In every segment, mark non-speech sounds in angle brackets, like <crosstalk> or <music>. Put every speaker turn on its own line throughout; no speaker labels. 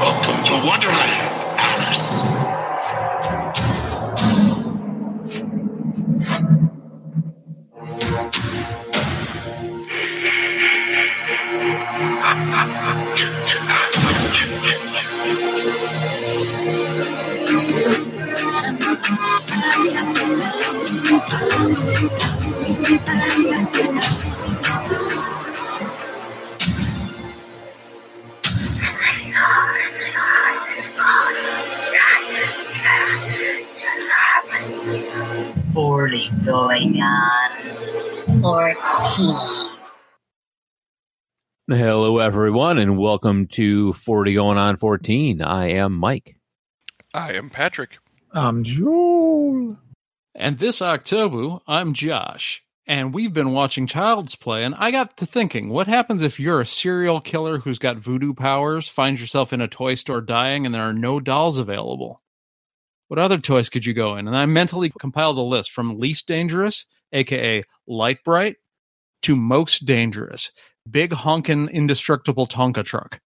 Welcome to Wonderland, Alice.
Forty going on. Fourteen.
Hello, everyone, and welcome to 40 Going On 14. I am Mike.
I am Patrick.
I'm Joel.
And this October, I'm Josh, and we've been watching Child's Play. And I got to thinking, what happens if you're a serial killer who's got voodoo powers, finds yourself in a toy store dying, and there are no dolls available? What other toys could you go in? And I mentally compiled a list from least dangerous, aka light bright, to most dangerous, big honkin' indestructible Tonka truck.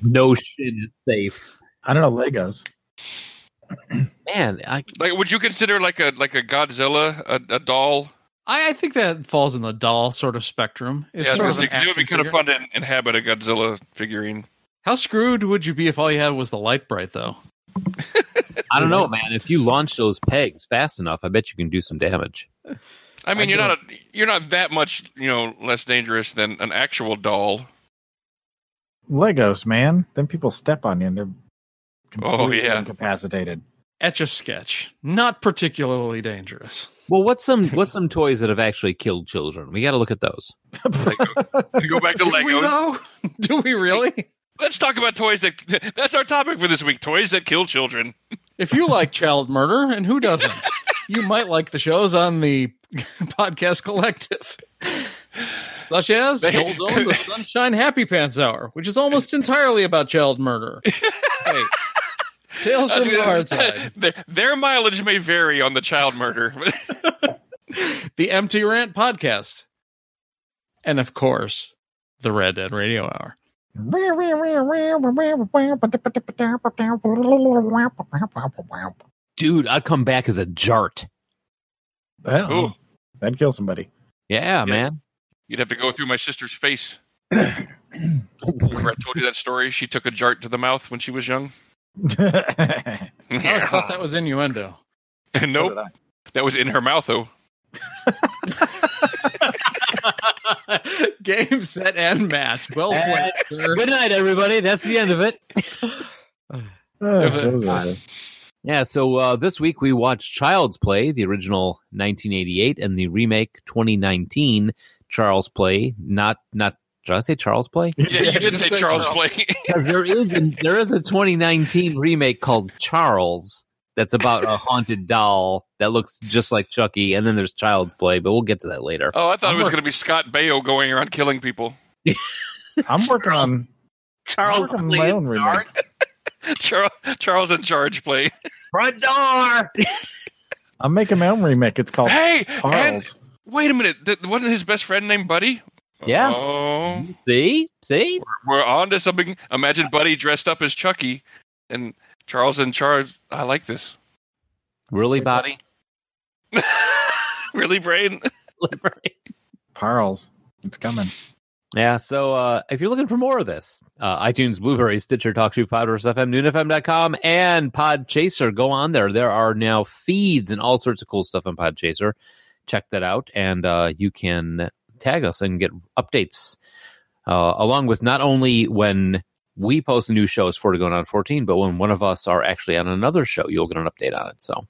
No shit is safe.
I don't know Legos.
Man, I,
Like, would you consider like a like a Godzilla a, a doll?
I, I think that falls in the doll sort of spectrum. It's
yeah,
sort of
because
an
it would be
action
kind of
figure.
fun to inhabit a Godzilla figurine.
How screwed would you be if all you had was the light bright though?
I don't know, man. If you launch those pegs fast enough, I bet you can do some damage.
I mean,
I
you're not a, you're not that much you know less dangerous than an actual doll.
Legos, man. Then people step on you and they're completely
Oh, yeah.
incapacitated.
Etch a sketch. Not particularly dangerous.
Well, what's some what's some toys that have actually killed children? We got to look at those.
You go back to
Do <laughs> we
Legos.
though? <laughs> Do we really?
Let's talk about toys that. That's our topic for this week: toys that kill children.
If you like child murder, and who doesn't? you might like the shows on the <laughs> podcast collective. Such as
They-
Joel's own The Sunshine Happy Pants Hour, which is almost entirely about child murder.
<laughs>
Hey, Tales from the <laughs> Hard Side.
their, their mileage may vary on the child murder. <laughs>
the Empty Rant podcast, and of course, the Red Dead Radio Hour.
Well,
Dude, I'd come back as a jart.
Oh.
Ooh,
That'd kill somebody. <laughs>
Yeah, man.
you'd have to go through my
<clears throat>
sister's face. Remember, I told you that story. She took a jart to the mouth when she was <laughs> young.
Uh,
I always thought that was <laughs> innuendo.
<laughs> nope, that was in her mouth though.
Game, set, and match. Well
And-
Eh.
played. sir.
Good night, everybody. That's the end of it.
Oh,
Yeah,
those are-
Yeah, so uh, this week we watched Child's Play, the original 1988, and the remake 2019 Charles Play. Not not did I say Charles Play?
Yeah, you did say Charles Blake.
Because there is a, there is a 2019 remake called Charles that's about a haunted doll that looks just like Chucky, and then there's Child's Play, but we'll get to that later.
<laughs> Oh, I thought it was
I'm
going to be Scott Baio going around killing people. <laughs>
I'm working on
Charles
I'm working
Play
my own remake.
Charles, Charles in charge play.
front door.
I'm making my own remake. It's
Oh,
called
Hey, and
Carl's.
wait a minute. Th- wasn't his best friend named Buddy?
Yeah.
Oh,
See, see,
we're on to something. Imagine Buddy dressed up as Chucky and Charles in charge. I like this. <laughs>
really, body.
really, Brain?
<laughs>
Carl's. It's coming.
Yeah, so uh, if you're looking for more of this, uh, iTunes, Blueberry, Stitcher, TalkShoe, Podverse FM, NoonFM.com, and Podchaser, go on there. There are now feeds and all sorts of cool stuff on Podchaser. Check that out, and uh, you can tag us and get updates, uh, along with not only when we post a new show, it's 40 going on 14, but when one of us are actually on another show, you'll get an update on it. So,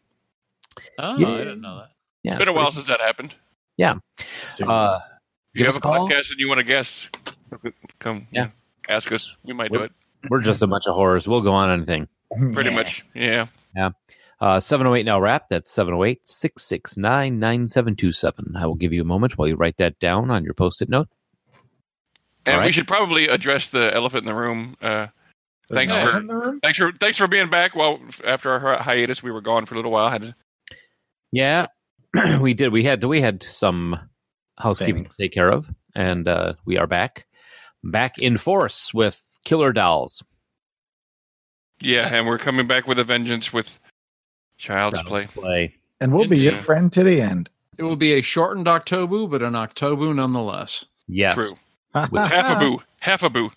Oh,
Yeah.
I didn't know that.
yeah.
Been
it's
a while
pretty-
since that happened.
Soon.
Uh,
<laughs>
If you
Give us
have a
a call.
podcast and you want to guest, come
Yeah.
ask us. We might do
We're-
it.
we're just a bunch of horrors. We'll go on anything.
Pretty
Yeah.
much. Yeah.
Uh, 708 now wrap. That's 708 669 9727. I will give you a moment while you write that down on your post it note.
And
All right.
we should probably address the elephant in the room. Uh,
There's
Thanks
no
for-
one in the room?
thanks for thanks for being back. Well, after our hi- hiatus, we were gone for a little while. I had to
Yeah. <clears throat> we did. We had we had some housekeeping
Things.
to take care of, and uh, we are back, back in force with Killer Dolls.
Yeah, and we're coming back with a vengeance with Child's
Child's
Play.
Play.
And we'll be your
Indeed.
friend to the end. <laughs>
It will be a shortened Octobu, but an Octobu nonetheless.
Yes.
True.
With
Half a boo. Half a boo.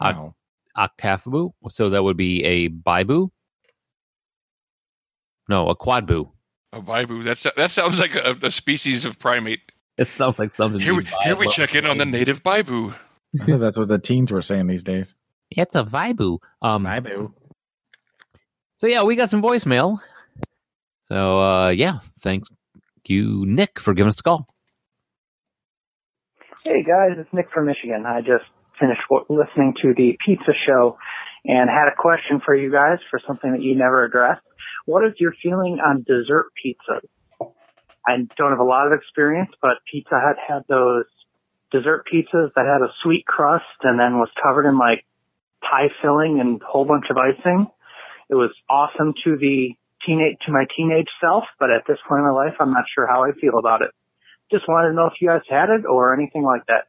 No.
Octafabu. So that would be a Bibu. No, a Quadbu.
A baibu. That's that sounds like a, a species of primate.
It sounds like something.
Here
you
we
buy
here
at
we
Lowe's.
check in on the native baibu.
I thought that's what the teens were saying these days.
It's a Vibu. Um,
My boo.
So yeah, we got some voicemail. So uh, yeah, thank you, Nick, for giving us a call.
Hey guys, it's Nick from Michigan. I just finished w- listening to the pizza show and had a question for you guys for something that you never addressed. What is your feeling on dessert pizza? I don't have a lot of experience, but Pizza Hut had those dessert pizzas that had a sweet crust and then was covered in like pie filling and a whole bunch of icing. It was awesome to the teenage, to my teenage self, but at this point in my life, I'm not sure how I feel about it just wanted to know if you guys had it or anything like that.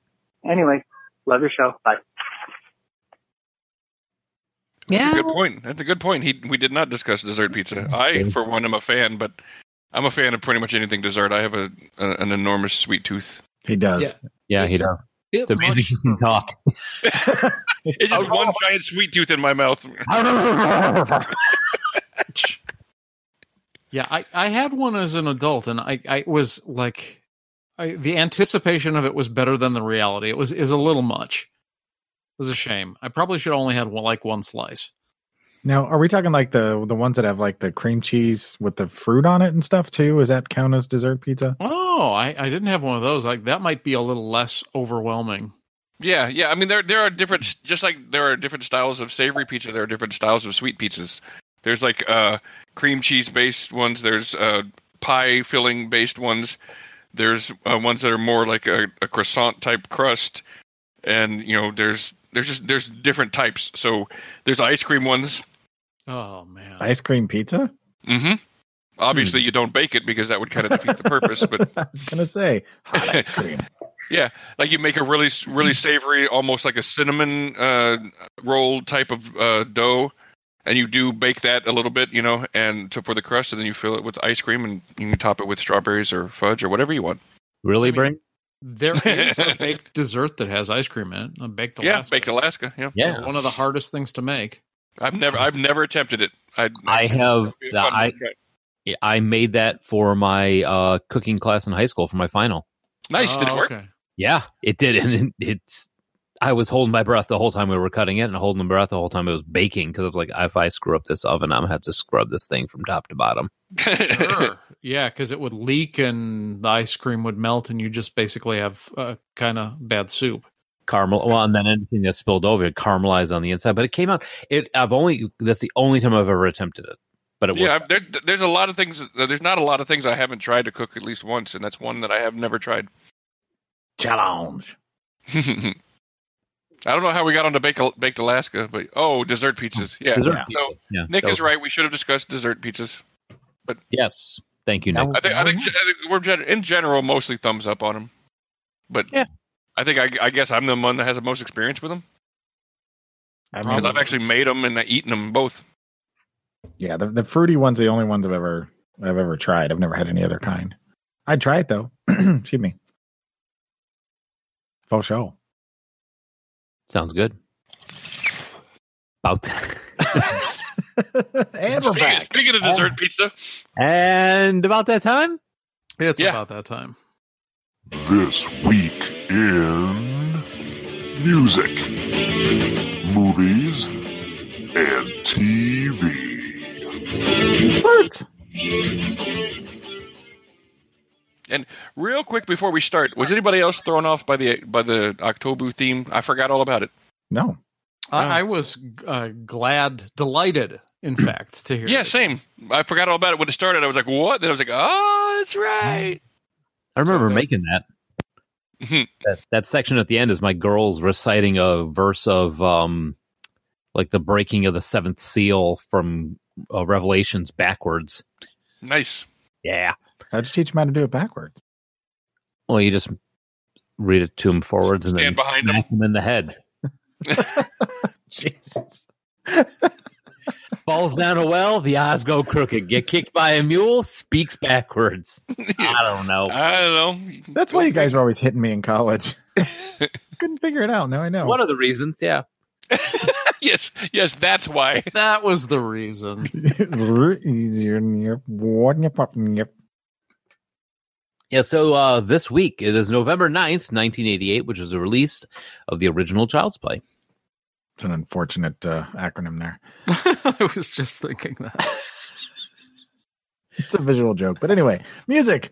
Anyway, love your show. Bye.
That's a good point. That's a good point. He we did not discuss dessert pizza. I for one am a fan, but I'm a fan of pretty much anything dessert. I have a, a an enormous sweet tooth.
He does.
Yeah.
Yeah, he
It's a-
does. It's amazing he can <laughs> talk.
It's just one giant sweet tooth in my mouth.
<laughs> Yeah, I, I had one as an adult, and I, I was like, I, the anticipation of it was better than the reality. It was is a little much. It was a shame. I probably should have only had one, like one slice.
Now, are we talking like the the ones that have like the cream cheese with the fruit on it and stuff too? Is that count as dessert pizza?
Oh, I, I didn't have one of those. Like that might be a little less overwhelming.
Yeah, yeah. I mean, there there are different, just like there are different styles of savory pizza. There are different styles of sweet pizzas. There's like uh, cream cheese based ones. There's uh, pie filling based ones. There's uh, ones that are more like a, a croissant type crust, and you know, there's there's just there's different types. So there's ice cream ones.
Oh man,
Ice cream pizza?
Mm-hmm. Obviously,
Hmm.
you don't bake it because that would kind of <laughs> defeat the purpose. But
I was gonna say <laughs> hot ice cream.
like you make a really
Mm-hmm.
really savory almost like a cinnamon uh, roll type of uh, dough and you do bake that a little bit you know and to, for the crust and then you fill it with ice cream and you can top it with strawberries or fudge or whatever you want
really,
I mean-
Brink?
there
<laughs>
is a baked dessert that has ice cream in it. A baked
yeah
Alaska.
baked alaska yeah
Yeah,
One of the hardest things to make.
i've never i've never attempted it i,
I have.
It'd be
The,
fun to
I
try.
I made that for my uh, cooking class in high school for my final.
nice did it
Oh,
work
okay.
Yeah, it did, <laughs> and it, it's. I was holding my breath the whole time we were cutting it, and holding my breath the whole time it was baking because I was like, if I screw up this oven, I'm gonna have to scrub this thing from top to bottom.
<laughs>
Sure. <laughs> yeah, because it would leak and the ice cream would melt, and you just basically have uh, kind of bad soup.
caramel. Well, and then anything that spilled over, it caramelized on the inside. But it came out. It. I've only. That's the only time I've ever attempted it. But it
yeah
yeah,
I've- there, there's a lot of things there's not a lot of things i haven't tried to cook at least once and that's one that i have never tried
Challenge.
<laughs> i don't know how we got on to baked, baked alaska but oh dessert pizzas yeah
Dessert
So-
pizza. yeah.
Nick
that
is
was-
right. We should have discussed dessert pizzas.
Yes. Thank you,
That
Nick.
was-
I think, I
Oh,
think,
yeah.
I think we're gen- in general mostly thumbs up on them, but
Yeah.
I think I, I guess I'm the one that has the most experience with them
I
because
mean,
I've actually made them and eaten them both.
yeah, the, the fruity one's the only ones I've ever I've ever tried. I've never had any other kind. I'd try it though. <clears throat> Excuse me. For sure.
Sounds good. About. <laughs>
<laughs> and we're
Speaking,
back.
speaking of dessert pizza,
and about that time.
It's
Yeah.
about that time.
This week in music, movies, and TV.
real quick before we start, was anybody else thrown off by the by the Octobu theme? I forgot all about it.
No.
I, I was uh, glad, delighted, in fact, to hear.
Yeah,
it.
same. I forgot all about it when it started. I was like, "What?" Then I was like, "Oh, that's right."
I remember
Okay.
making that.
Mhm.
that. That section at the end is my girls reciting a verse of, um, like the breaking of the seventh seal from uh, Revelations backwards.
Nice.
Yeah.
How'd you teach him how to do it backwards? <laughs>
Well, you just read it to him forwards and
Stand
then
behind
smack him in the head.
Jesus.
Falls down a well, the eyes go crooked. Get kicked by a mule, speaks backwards. I don't know.
I don't know.
That's why you guys were always hitting me in college. <laughs> Couldn't figure it out. Now I know.
One of the reasons, yeah.
<laughs> yes, yes, that's why.
That was the
<laughs>
reason.
That's
Yeah, so uh, this week, it is November 9th, 1988, which is the release of the original Child's Play.
an unfortunate uh, acronym there.
I was just thinking that.
It's a visual joke. But anyway, music.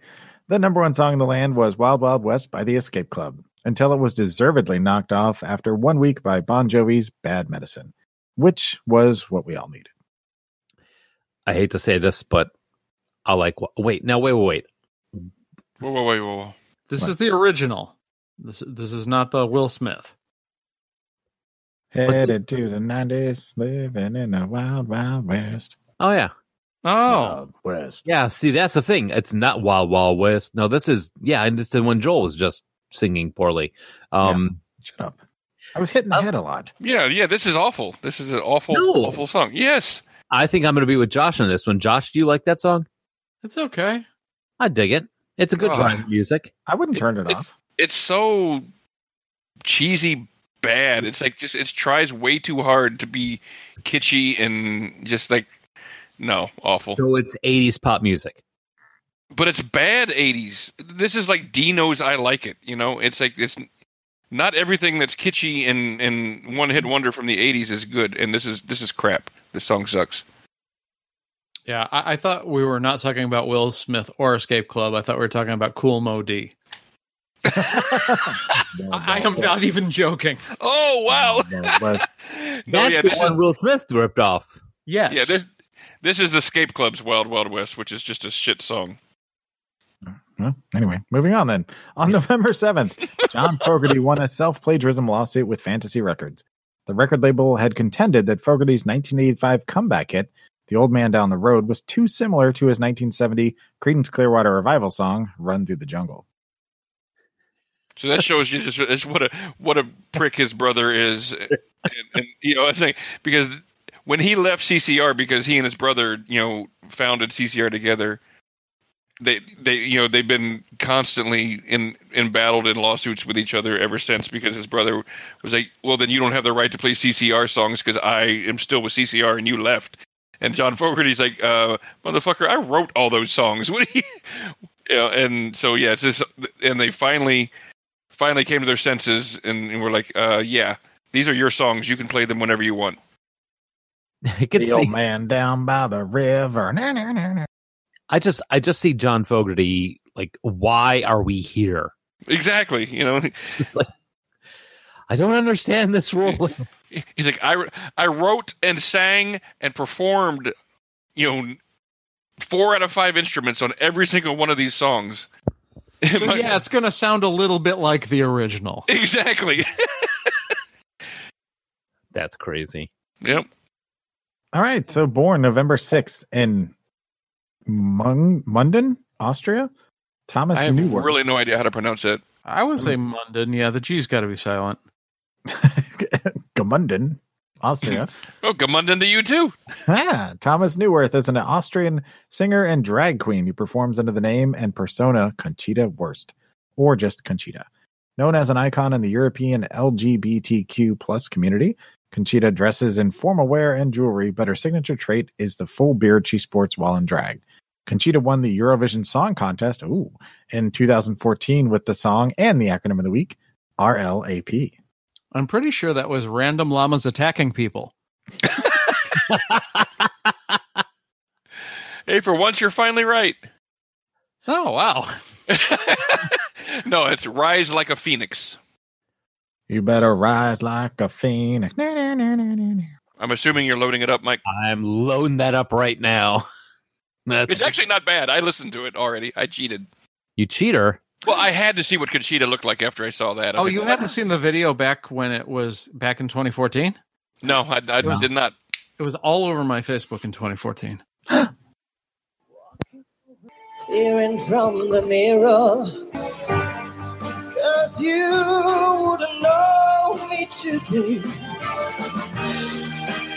The number one song in the land was Wild Wild West by The Escape Club until it was deservedly knocked off after one week by Bon Jovi's Bad Medicine, which was what we all needed.
I hate to say this, but I like. Wait, now, wait, wait, wait.
Whoa, whoa, whoa, whoa, whoa.
This
What?
is the original. This this is not the Will Smith.
Headed to the 90s, living in the Wild Wild West.
Oh, yeah.
Oh,
Wild West.
Yeah, see, that's the thing. It's not Wild Wild West. No, this is, yeah, and this is when Joel was just singing poorly. Um,
Shut up. I was hitting the
Oh.
Um,
head a lot.
Yeah, yeah, this is awful. This is an awful,
No.
awful song. Yes.
I think I'm going to be with Josh on this one. Josh, do you like that song?
it's okay.
I dig it. It's a good
God.
time music.
I wouldn't turn it
<laughs>
It-
off.
It's so cheesy bad. It's like just, it tries way too hard to be kitschy and just like, no, awful.
So it's 80s pop music.
But it's bad 80s. This is like Dino's I Like It, you know? It's like, it's not everything that's kitschy and, and one hit wonder from the 80s is good. And this is, this is crap. This song sucks.
Yeah, I, I thought we were not talking about Will Smith or Escape Club. I thought we were talking about Cool Mo D. I, I am not even joking.
Oh, wow. <laughs>
Wild West.
No,
That's
Oh, yeah,
the
this
one
is-
Will Smith ripped off. <laughs>
Yes.
Yeah, this this is the Scape Club's Wild Wild West, which is just a shit song.
Well, anyway, moving on then. On November 7th,
<laughs>
John Fogerty won a self plagiarism lawsuit with Fantasy Records. The record label had contended that Fogerty's 1985 comeback hit, The Old Man Down the Road, was too similar to his 1970 Creedence Clearwater Revival song, Run Through the Jungle.
So that shows you just it's what a what a prick his brother is, and, and you know, I think because when he left CCR, because he and his brother, you know, founded CCR together, they they you know they've been constantly in embattled in lawsuits with each other ever since because his brother was like, well, then you don't have the right to play CCR songs because I am still with CCR and you left. And John Fogerty's like, uh, motherfucker, I wrote all those songs. <laughs> What do you? you know, and so yeah, it's just, and they finally finally came to their senses and, and were like, uh, yeah, these are your songs. You can play them whenever you want.
I can
The
see.
Old Man Down by the River. Na, na, na, na.
I just, I just see John Fogerty. Like, why are we here?
Exactly. You know, <laughs>
I don't understand this
<laughs>
rule.
he's like, I, I wrote and sang and performed, you know, four out of five instruments on every single one of these songs. <laughs>
<laughs> So, yeah, it's going to sound a little bit like the original.
exactly. <laughs>
That's crazy.
Yep.
All right. So, born November 6th in Mung- Munden, Austria, Thomas
I have
Newworth. <laughs>
really no idea how to pronounce that.
I
Um,
would say Munden. Yeah, the G's got to be silent.
Gemunden, Austria.
Oh, Gamundan to you too.
Ah, Thomas Newworth is an Austrian singer and drag queen who performs under the name and persona Conchita Wurst, or just Conchita. Known as an icon in the European LGBTQ plus community, Conchita dresses in formal wear and jewelry, but her signature trait is the full beard she sports while in drag. Conchita won the Eurovision Song Contest ooh, in 2014 with the song and the acronym of the week, RLAP.
I'm pretty sure that was random llamas attacking people.
Hey, for once, you're finally right. <laughs>
Oh, wow.
no, it's Rise Like a Phoenix.
You better rise like a phoenix.
I'm assuming you're loading it up, Mike.
I'm loading that up right now. <laughs> That's,
It's actually not bad. I listened to it already. I cheated.
you cheater.
Well, I had to see what Conchita looked like after I saw that. I
Oh,
was
you
like,
haven't seen the video back when it was back in 2014?
No, I, I
No.
did not.
It was all over my Facebook in 2014.
Peering from the mirror. Cause you wouldn't know me today.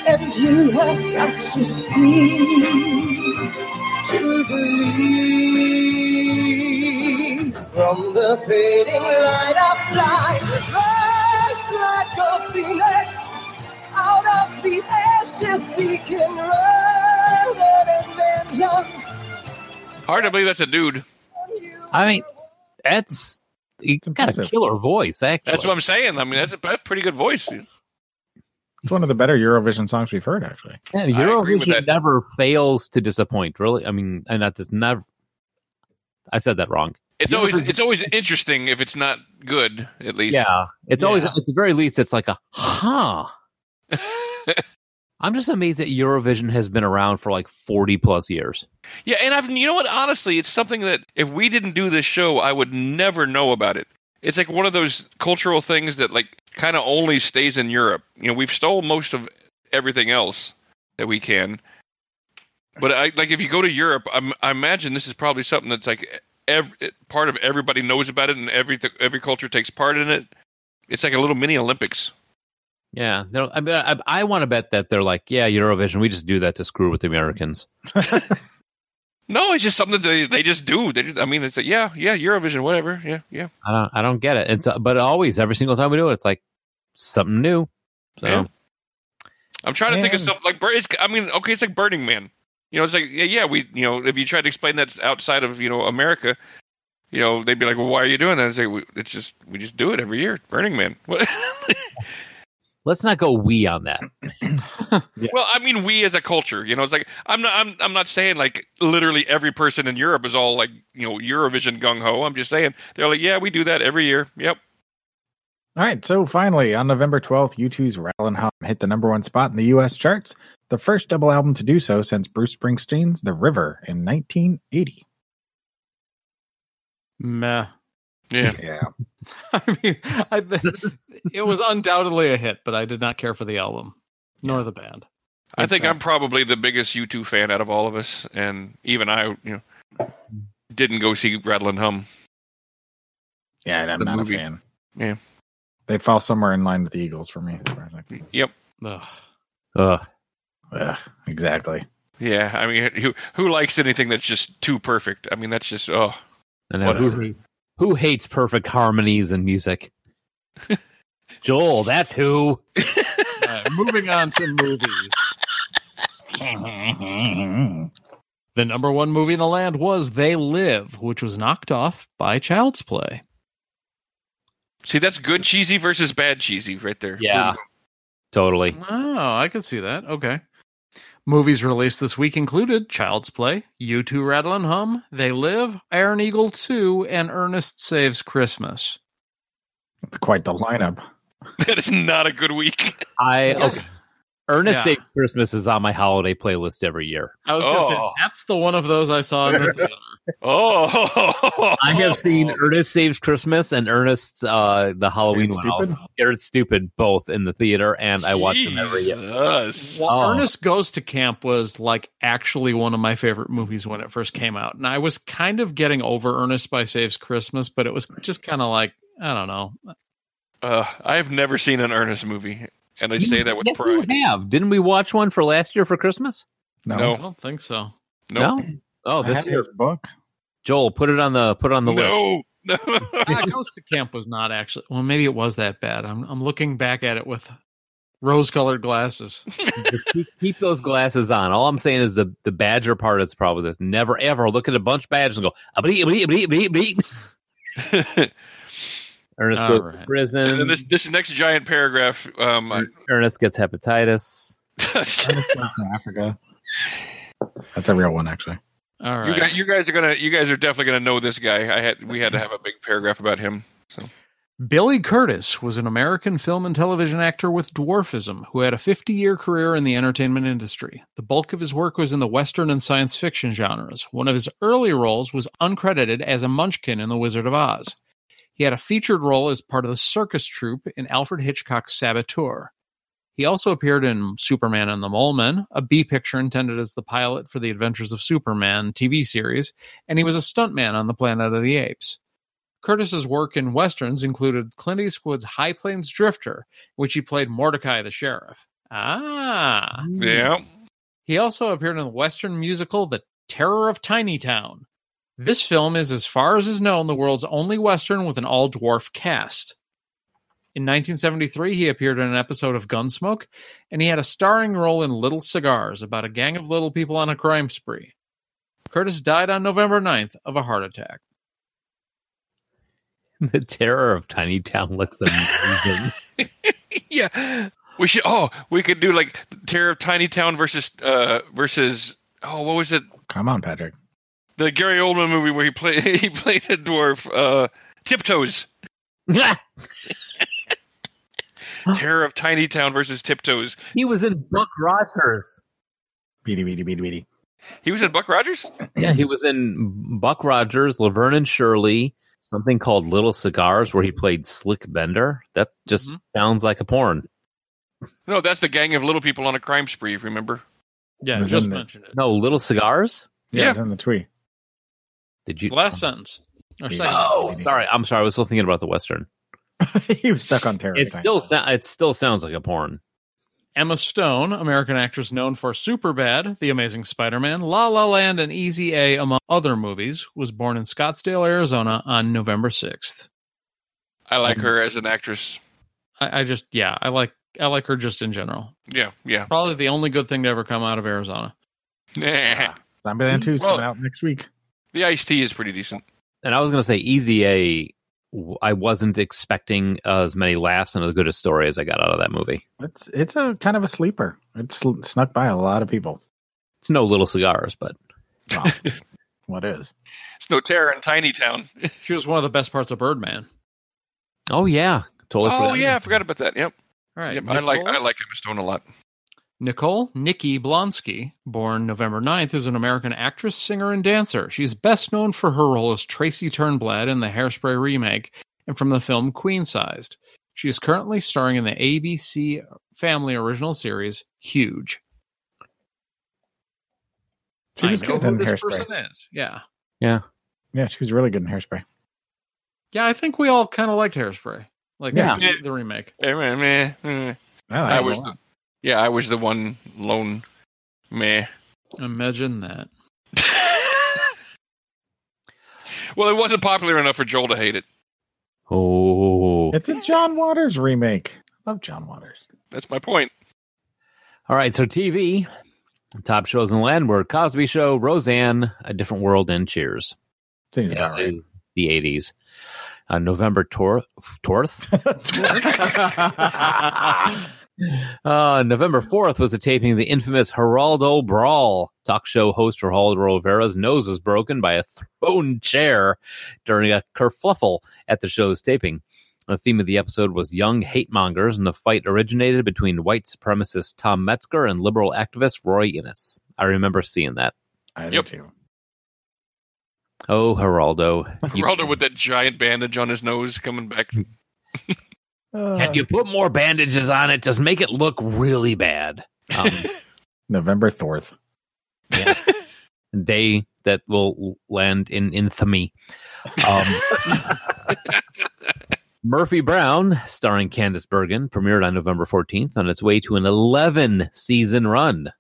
And you have got to see to believe. From the fading light of light, rise like a phoenix out of the ashes seeking rather than vengeance.
Hard to believe that's a dude.
I mean, that's you got a
impressive.
killer voice. Actually,
That's what I'm saying. I mean, that's a that's a pretty good voice.
It's one of the better Eurovision songs we've heard, actually.
Yeah,
I agree with
Eurovision
that.
never fails to disappoint. Really, I mean, and not just never. I said that wrong.
It's
You
always
never-
it's always interesting if it's not good. At least,
Yeah, it's always
Yeah.
at the very least, it's like a huh. I'm just amazed that Eurovision has been around for like 40 plus years.
Yeah, and I've you know what? Honestly, it's something that if we didn't do this show, I would never know about it. It's like one of those cultural things that like kind of only stays in Europe. You know, we've stole most of everything else that we can. But I like if you go to Europe, I'm, I imagine this is probably something that's like ev part of everybody knows about it, and every every culture takes part in it. It's like a little mini Olympics.
Yeah, they don't- I mean, I, I want to bet that they're like, yeah, Eurovision, we just do that to screw with the Americans.
No, it's just something that they, they just do. They just, I mean, it's like yeah, yeah, Eurovision, whatever. Yeah, yeah.
I don't, I don't get it. It's uh, but always every single time we do it, it's like something new. So
Yeah. I'm trying to think of
Man.
something like Bur- it's I mean, okay, it's like Burning Man. You know, it's like yeah, yeah, we you know, if you tried to explain that outside of you know America, you know, they'd be like, well, why are you doing that? It's like we, it's just we just do it every year, Burning Man. <laughs> What-
let's not go we on that.
well, I mean, we as a culture, you know, it's like I'm not I'm I'm not saying like literally every person in Europe is all like you know Eurovision gung ho. I'm just saying they're like yeah, we do that every year. Yep.
All right, so finally, on November 12th, U2's Rattle and Hum hit the number one spot in the U.S. charts, the first double album to do so since Bruce Springsteen's The River in 1980.
Meh.
Yeah.
Yeah.
<laughs> I mean, I, it was undoubtedly a hit, but I did not care for the album nor the band.
I think I'm probably the biggest U2 fan out of all of us, and even I, you know, didn't go see Rattle and Hum.
Yeah, and I'm
The
not
movie.
a fan.
Yeah.
They fall somewhere in line with the Eagles for me. I was like,
Yep.
Ugh.
Ugh.
ugh, exactly.
Yeah, I mean, who who likes anything that's just too perfect? I mean, that's just
<laughs>
oh,
I know. Who, who hates perfect harmonies in music? Joel, that's who.
All right, moving on to movies. The number one movie in the land was They Live, which was knocked off by Child's Play.
see, that's good cheesy versus bad cheesy right there.
Yeah. Totally.
Oh, I could see that. Okay. Movies released this week included Child's Play, U2 Rattle and Hum, They Live, Iron Eagle 2, and Ernest Saves Christmas.
It's quite the lineup.
<laughs> that is not a good week. <laughs>
I okay. Ernest
Yeah.
Saves Christmas is on my holiday playlist every year.
I was going to say,
Oh.
that's the one of those I saw in the theater.
Oh,
I have
<laughs>
seen Ernest Saves Christmas and Ernest's uh, the Halloween
Scared
one. I was
Stupid?
Scared Stupid both in the theater, and I watch them every year.
Jesus.
Well,
Oh.
Ernest Goes to Camp was like actually one of my favorite movies when it first came out. And I was kind of getting over Ernest by Saves Christmas, but it was just kind of like, I don't know.
Uh, I have never seen an Ernest movie, and I say that with
yes,
pride.
you have. Didn't we watch one for last year for Christmas?
No.
No.
I don't think so.
Nope.
No. Oh,
I
this
have
year.
his book.
Joel, put it on the put it on the list.
no, no.
Ah, Goes to Camp was not actually, well, maybe it was that bad. I'm, I'm looking back at it with rose colored glasses.
Just keep, keep those glasses on. All I'm saying is the the badger part is probably this. Never ever look at a bunch of badgers and go "Ah, bleep, bleep, bleep, bleep, bleep."
<laughs>
<laughs> Ernest
All
goes to
right.
and then
prison.
this this next giant paragraph. Um, <laughs> I-
Ernest gets hepatitis.
Africa. That's a real one, actually.
All
you
right.
guys, you guys are gonna, you guys are definitely gonna know this guy. I had we had to have a big paragraph about him.
Billy Curtis was an American film and television actor with dwarfism who had a 50 year career in the entertainment industry. The bulk of his work was in the Western and science fiction genres. One of his early roles was uncredited as a munchkin in The Wizard of Oz. He had a featured role as part of the circus troupe in Alfred Hitchcock's Saboteur. He also appeared in Superman and the Mole Men, a B picture intended as the pilot for the Adventures of Superman TV series, and he was a stuntman on the Planet of the Apes. Curtis's work in westerns included Clint Eastwood's High Plains Drifter, in which he played Mordecai the Sheriff. Ah.
Mm. Yeah.
He also appeared in the Western musical The Terror of Tiny Town. This film is, as far as is known, the world's only Western with an all dwarf cast. In 1973, he appeared in an episode of Gunsmoke, and he had a starring role in Little Cigars about a gang of little people on a crime spree. Curtis died on November 9th of a heart attack.
<laughs> The terror of Tiny Town looks amazing.
<laughs> yeah. We should. Oh, we could do like Terror of Tiny Town versus uh versus. Oh, what was it?
Come on, Patrick.
The Gary Oldman movie where he played <laughs> he played a dwarf. Uh, Tiptoes. Terror of Tiny Town versus Tiptoes.
<laughs> he was in Buck Rogers.
Beady, beady, beady, beady.
He was in Buck Rogers.
Yeah, he was in Buck Rogers, Laverne and Shirley, something called Little Cigars, where he played Slick Bender. That just
Mhm.
sounds like a porn.
No, that's the gang of little people on a crime spree. If you remember.
Yeah,
Was
just
in the-
mentioned it.
No, Little Cigars.
Yeah,
Yeah.
it's in the tweet.
Did you?
Last sentence. Or
Yeah.
second.
Oh, sorry. I'm sorry. I was still thinking about the western.
<laughs> he was stuck on terror.
It still so- it still sounds like a porn.
Emma Stone, American actress known for Superbad, The Amazing Spider-Man, La La Land, and Easy A, among other movies, was born in Scottsdale, Arizona, on November sixth.
I like her as an actress.
I, I just, yeah, I like, I like her just in general.
Yeah, yeah. <laughs>
Probably the only good thing to ever come out of Arizona.
Yeah.
Zombieland 2 is
Well-
coming out next week.
The iced tea is pretty decent.
And I was going to say Easy A. w- I wasn't expecting as many laughs and as good a story as I got out of that movie.
It's it's a kind of a sleeper. It sl- snuck by a lot of people.
It's no little cigars, but
Wow. what is?
It's no terror in Tiny Town.
She was one of the best parts of Birdman.
oh yeah, totally.
Oh
forgot.
yeah, I forgot about that. Yep.
All right,
yep. I like
Nicole-
I like Emma Stone a lot.
Nicole Nikki Blonsky, born November 9th, is an American actress, singer, and dancer. She's best known for her role as Tracy Turnblad in the Hairspray remake and from the film Queen Sized. She is currently starring in the ABC Family original series Huge.
She was
I know
good
who
in
this
Hairspray.
person is. Yeah.
Yeah, she was really good in Hairspray.
Yeah, I think we all kind of liked Hairspray. Like
Yeah.
the, the remake.
Eh, meh, meh, meh.
I, like
I
her a
was
lot.
the, yeah, I was the one lone meh.
Imagine that.
well, it wasn't popular enough for Joel to hate it.
Oh.
It's a John Waters remake. I love John Waters.
That's my point.
All right, so TV top shows in the land were Cosby Show, Roseanne, A Different World, and Cheers.
Seems about right.
in the eighties. On November tor- 4th, <laughs> uh, November 4th was the taping of the infamous Geraldo Brawl. Talk show host Geraldo Rivera's nose was broken by a thrown chair during a kerfluffle at the show's taping. The theme of the episode was young hate mongers, and the fight originated between white supremacist Tom Metzger and liberal activist Roy Innes. I remember seeing that.
I
Yep.
do too.
Oh, Geraldo.
<laughs>
you-
Geraldo with that giant bandage on his nose coming back.
Uh,
Can you put more bandages on it? Just make it look really bad. Um,
November 4th.
yeah. Day that will land in infamy. Um, Murphy Brown, starring Candace Bergen, premiered on November 14th on its way to an 11 season run.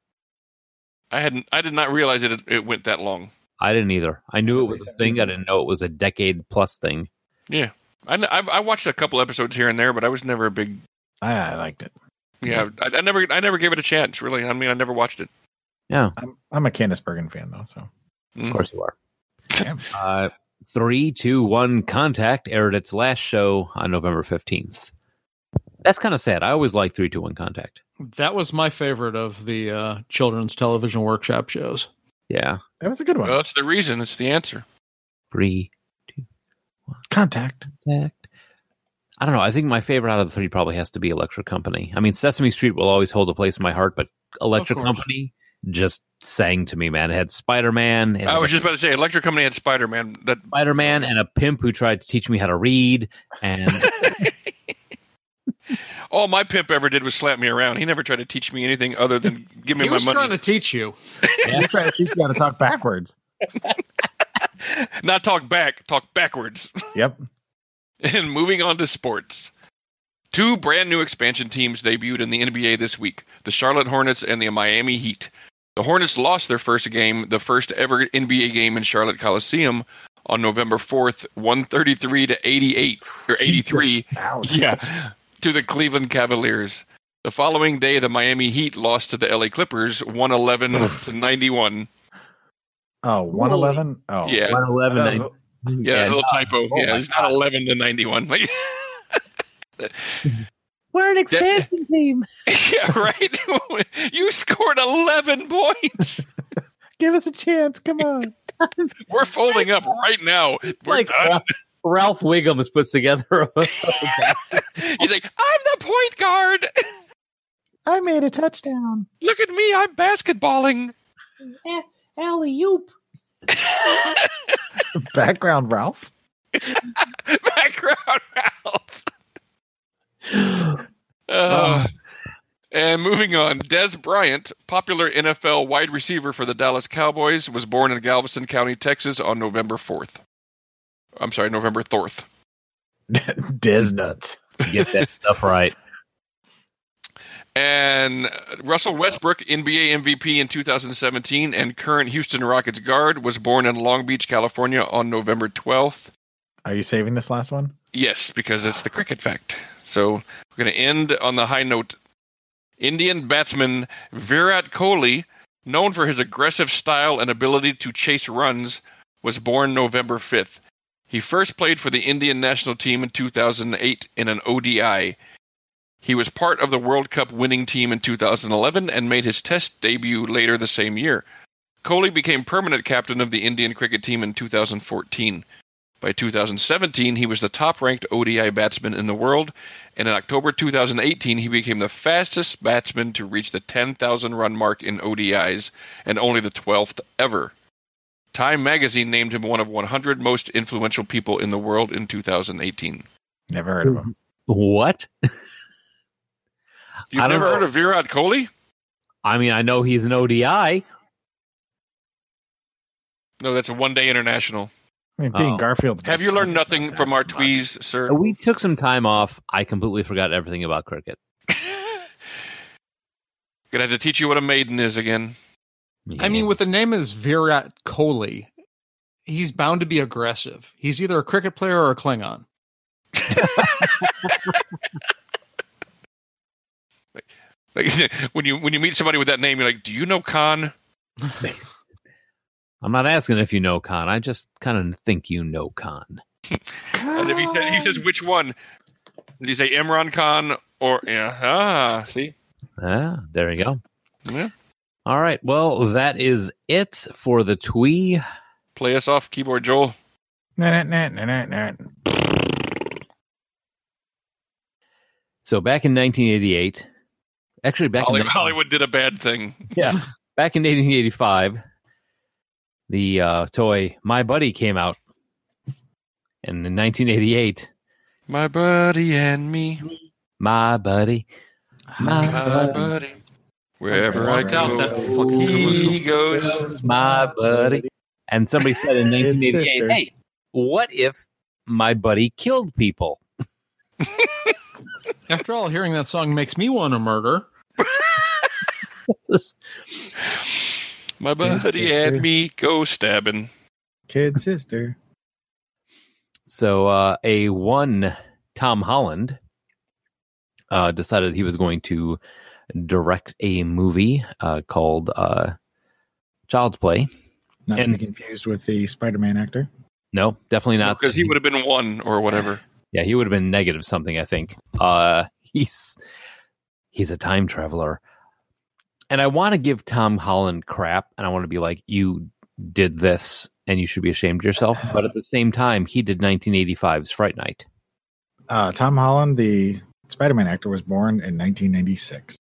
I hadn't. I did not realize it. It went that long.
I didn't either. I knew it was a thing. I didn't know it was a decade plus thing.
I, I've, I watched a couple episodes here and there, but I was never a big.
I, I liked it.
Yeah, I, I never. I never gave it a chance. Really, I mean, I never watched it.
I'm, I'm a Candice Bergen fan, though. So
Of course you are.
Damn.
Uh, three, two, one. Contact aired its last show on November fifteenth. That's kind of sad. I always like three, two, one. Contact.
That was my favorite of the uh, children's television workshop shows.
Yeah,
that was a good one.
Well, that's the reason. It's the answer.
three
Contact.
contact. I don't know. I think my favorite out of the three probably has to be Electric Company. I mean, Sesame Street will always hold a place in my heart, but Electric
course.
Company just sang to me, man. It had Spider Man.
I was just about to say, Electric Company had Spider Man. That
Spider
<laughs>
Man and a pimp who tried to teach me how to read. And
All my pimp ever did was slap me around. He never tried to teach me anything other
<laughs>
than give me
He
my
was
money.
trying to teach you.
He's trying to teach you how to talk backwards.
<laughs> Not talk back, talk backwards.
Yep.
<laughs> And moving on to sports. Two brand new expansion teams debuted in the NBA this week the Charlotte Hornets and the Miami Heat. The Hornets lost their first game, the first ever NBA game in Charlotte Coliseum on November 4th, 133 to 88, or 83.
Jesus. Ouch.
Yeah, <laughs> to the Cleveland Cavaliers. The following day, the Miami Heat lost to the LA Clippers 111 to 91.
Oh, 111? Oh.
Yeah.
One eleven.
That was-
Yeah, there's a little typo.
oh
yeah,
my
it's not 11 to 91. <laughs> Like, <laughs>
We're an expansion team.
yeah, right? <laughs> you scored 11 points.
Give us a chance. Come on.
We're folding up right now. We're
like uh,
done.
Ralph, Ralph Wiggums puts together. <laughs> A,
He's like, I'm the point guard. <laughs>
I made a touchdown.
Look at me. I'm basketballing.
Alley oop.
<laughs> Background Ralph.
<laughs> Background Ralph. Uh, and moving on, Des Bryant, popular NFL wide receiver for the Dallas Cowboys, was born in Galveston County, Texas on November 4th. I'm sorry, November 4th.
Des nuts.
Get that stuff right.
And Russell Westbrook, NBA MVP in 2017 and current Houston Rockets guard, was born in Long Beach, California on November 12th.
Are you saving this last one?
Yes, because it's the cricket fact. So we're going to end on the high note. Indian batsman Virat Kohli, known for his aggressive style and ability to chase runs, was born November 5th. He first played for the Indian national team in 2008 in an ODI. He was part of the World Cup winning team in 2011 and made his test debut later the same year. Kohli became permanent captain of the Indian cricket team in 2014. By 2017, he was the top ranked ODI batsman in the world, and in October 2018, he became the fastest batsman to reach the 10,000 run mark in ODIs, and only the 12th ever. Time magazine named him one of 100 most influential people in the world in 2018.
Never heard of him.
What?
You've
I don't
never
know.
heard of Virat Kohli?
I mean, I know he's an ODI.
No, that's a one day international.
I mean, being
Oh.
Garfield's. best
Have you learned
friend is not
nothing
that
from our
much.
tweez, sir?
We took some time off. I completely forgot everything about cricket.
Gonna have to teach you what a maiden is again. <laughs>
I mean, with the name as Virat Kohli, he's bound to be aggressive. He's either a cricket player or a Klingon.
Like, <laughs> when you when you meet somebody with that name, you're like, "Do you know Khan?"
I'm not asking if you know Khan. I just kind of think you know Khan.
And if he, sa- he says which one, did he say Imran Khan or yeah? Ah, see,
Ah, there you go.
Yeah.
All right. Well, that is it for the twee.
play us off keyboard, Joel.
Nah, nah, nah, nah, nah, nah.
So back in 1988, actually back in
Hollywood, Hollywood did a bad thing.
yeah, back in 1885, the uh, toy My Buddy came out, and in 1988,
My buddy and me,
My Buddy, My
my
Buddy,
buddy, wherever I
Check
go,
out that
he goes.
My Buddy, and somebody said in
His
1988,
sister.
"Hey, what if My Buddy killed people?"
After all, hearing that song makes me want to murder.
My buddy and me go stabbing.
Kid sister.
<laughs> So uh, a one Tom Holland uh, decided he was going to direct a movie uh, called uh, Child's Play.
Not to
And-
be confused with the Spider Man actor.
No, definitely not.
Because he would have been one or whatever.
yeah, he would have been negative something. I think uh, he's he's a time traveler, and I want to give Tom Holland crap, and I want to be like, you did this, and you should be ashamed of yourself. But at the same time, he did 1985's Fright Night.
Uh, Tom Holland, the Spider Man actor, was born in 1996.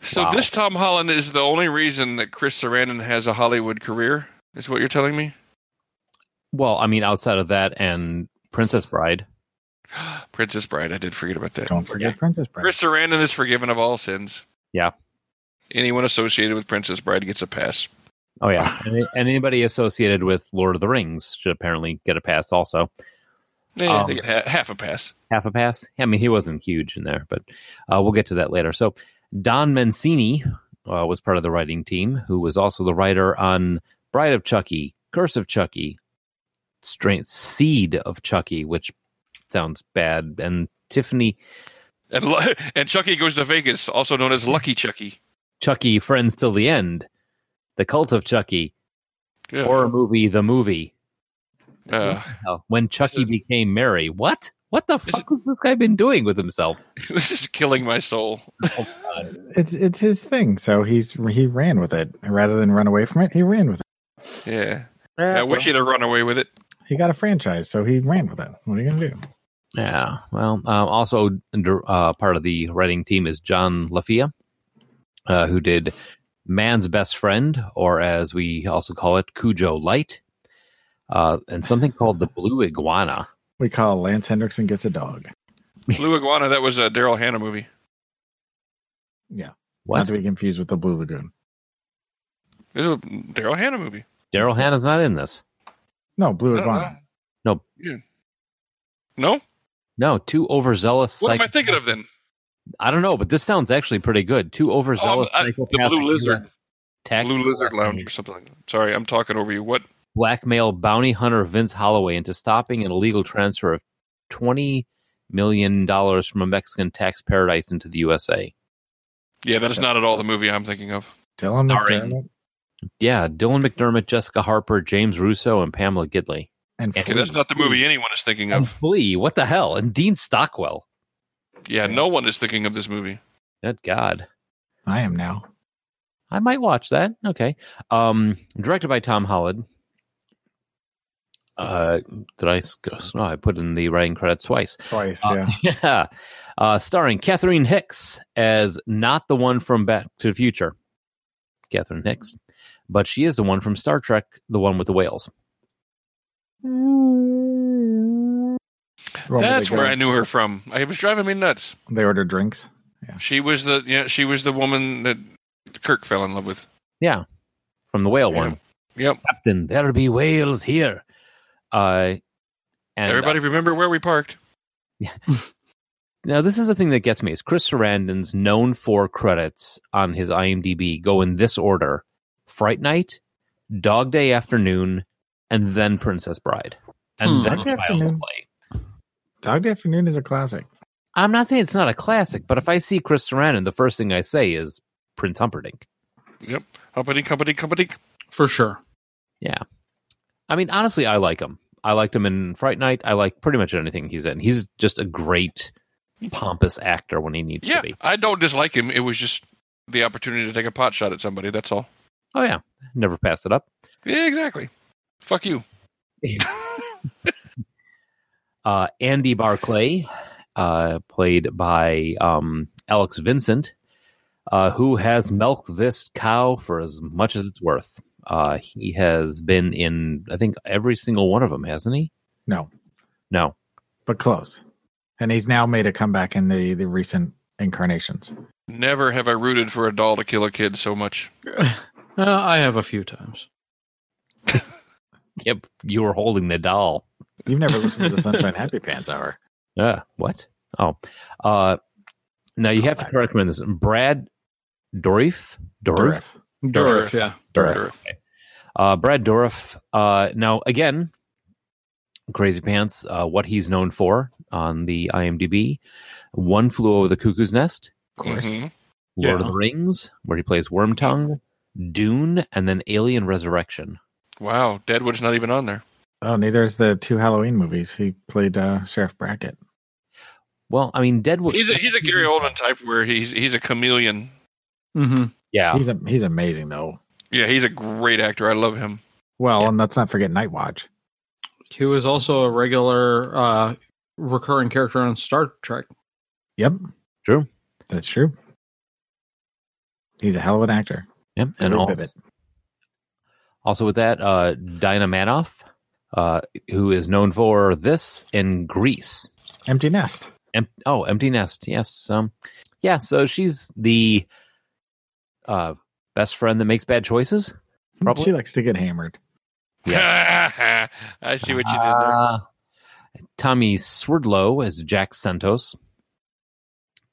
So
Wow.
this Tom Holland is the only reason that Chris Sarandon has a Hollywood career. Is what you're telling me?
Well, I mean, outside of that and Princess Bride.
Princess Bride. I did forget about that.
Don't forget Princess Bride.
Chris Sarandon is forgiven of all sins.
Yeah.
Anyone associated with Princess Bride gets a pass.
Oh yeah, and, and anybody associated with Lord of the Rings should apparently get a pass. Also,
Yeah,
Um,
Eh, they get ha- half a pass.
half a pass. I mean, he wasn't huge in there, but uh, we'll get to that later. So Don Mancini uh, was part of the writing team, who was also the writer on Bride of Chucky, Curse of Chucky, Stra- Seed of Chucky, which sounds bad, and Tiffany
And lu- <laughs> and Chucky goes to Vegas, also known as Lucky
<laughs>
Chucky.
Chucky, Friends Till the End, The Cult of Chucky,
Yeah.
horror movie, the movie.
Uh,
Hell, Oh, When Chucky became Mary, what? What the
Is
fuck has this guy been doing with himself?
Uh, <laughs> this is killing my soul.
It's it's his thing, so he's he ran with it rather than run away from it. He ran with it.
Yeah. I wish he'd have run away with it.
He got a franchise, so he ran with it. What are you gonna do?
Yeah. Well, uh, also uh, part of the writing team is John LaFia, uh, who did Man's Best Friend, or as we also call it, Cujo Light, uh, and something called The Blue Iguana.
We call Lance Hendrickson gets a dog.
Blue Iguana, that was a Daryl Hannah movie.
Not
What?
to be confused with the Blue Lagoon.
This is a Daryl Hannah movie.
Daryl Hannah's not in this.
No, Blue
I don't
Iguana.
know.
No.
Yeah. No?
No, two overzealous.
What am I
psych-
thinking of then?
I don't know, but this sounds actually pretty good. Two overzealous.
Oh, I- the
psychopathic
Blue Lizard.
US tax
Blue Lizard
collector
Lounge or something like that. Sorry, I'm talking over you. What?
blackmail bounty hunter Vince Holloway into stopping an illegal transfer of $20 million from a Mexican tax paradise into the USA.
Yeah, that is not at all the movie I'm thinking of.
Dylan
Starring-
McDermott
Yeah, Dylan McDermott, Jessica Harper, James Russo, and Pamela Gidley.
and
Okay,
Okay,
Flea.
that's not the movie anyone is thinking
And
of.
Flea, what the hell? And Dean Stockwell.
Yeah, no one is thinking of this movie.
Good God.
I am now.
I might watch that. Okay. Um, directed by Tom Holland. Uh, did I? sc- No, I put in the writing credits twice.
Twice,
Uh,
<laughs>
yeah.
Yeah. Uh, starring Katherine Hicks as not the one from Back to the Future, Katherine Hicks, but she is the one from Star Trek, the one with the whales.
The one
That's
they
where
go-
I knew her from. I, it was driving me nuts.
they order drinks.
She was the yeah, she was the woman that Kirk fell in love with.
Yeah. From the whale
Yeah.
one.
Yep.
Captain, there'll be whales here. Uh, and, uh,
Everybody remember where we parked?
Now, this is the thing that gets me is Chris Sarandon's known for credits on his IMDb go in this order: Fright Night, Dog Day Afternoon, and then Princess Bride, and
Hmm.
then
Dog Day
Child's
Afternoon.
Play.
Dog Day Afternoon is a classic.
I'm not saying it's not a classic, but if I see Chris Sarandon, the first thing I say is Prince Humperdinck.
Yep. Company, company, company.
for sure. <laughs>
I mean, honestly, I like him. I liked him in Fright Night. I like pretty much anything he's in. He's just a great pompous actor when he needs
Yeah,
to be.
I don't dislike him. It was just the opportunity to take a pot shot at somebody. That's all.
Oh yeah, never pass it up.
Yeah, exactly. Fuck
<laughs>
you.
uh, Andy Barclay, uh, played by um, Alex Vincent, uh, who has milked this cow for as much as it's worth. Uh, he has been in, I think, every single one of them, hasn't he?
No,
No.
but close. And he's now made a comeback in the, the recent incarnations.
Never have I rooted for a doll to kill a kid so much.
Uh, I have a few times.
Yep, you were holding the doll.
You've never listened to the Sunshine
<laughs>
Happy Pants Hour.
Uh, what? Oh. Uh, now you have to correct me on this. Brad Dorif? Dorif?
Durf.
Durf.
yeah.
Durf.
Uh, Brad Dorff. Uh, now again, Crazy Pants. Uh, what he's known for on the IMDb: One Flew Over the Cuckoo's Nest,
Of course.
Mhm.
Lord of
Yeah.
the Rings, where he plays Wormtongue, Dune, and then Alien Resurrection.
Wow, Deadwood's not even on there.
Oh, neither is the two Halloween movies. He played uh, Sheriff Brackett.
Well, I mean, Deadwood.
He's a,
<laughs>
he's a Gary Oldman type where he's he's a chameleon.
Mm-hmm.
Yeah,
He's a, he's amazing though.
Yeah, he's a great actor. I love him.
Well,
Yeah.
and let's not forget Night Watch.
Who is also a regular uh, recurring character on Star Trek.
Yep,
true.
that's true. He's a hell of an actor.
Yep, and
Really
also,
vivid.
also with that, uh, Dinah Manoff, uh, who is known for this in Greece.
Empty nest.
Em- oh, Empty Nest. Yes. Um, yeah. So she's the uh, best friend that makes bad choices. Probably.
She likes to get hammered.
<laughs> I see what you did
Ah.
there.
Uh, Tommy Swerdlow as Jack Santos.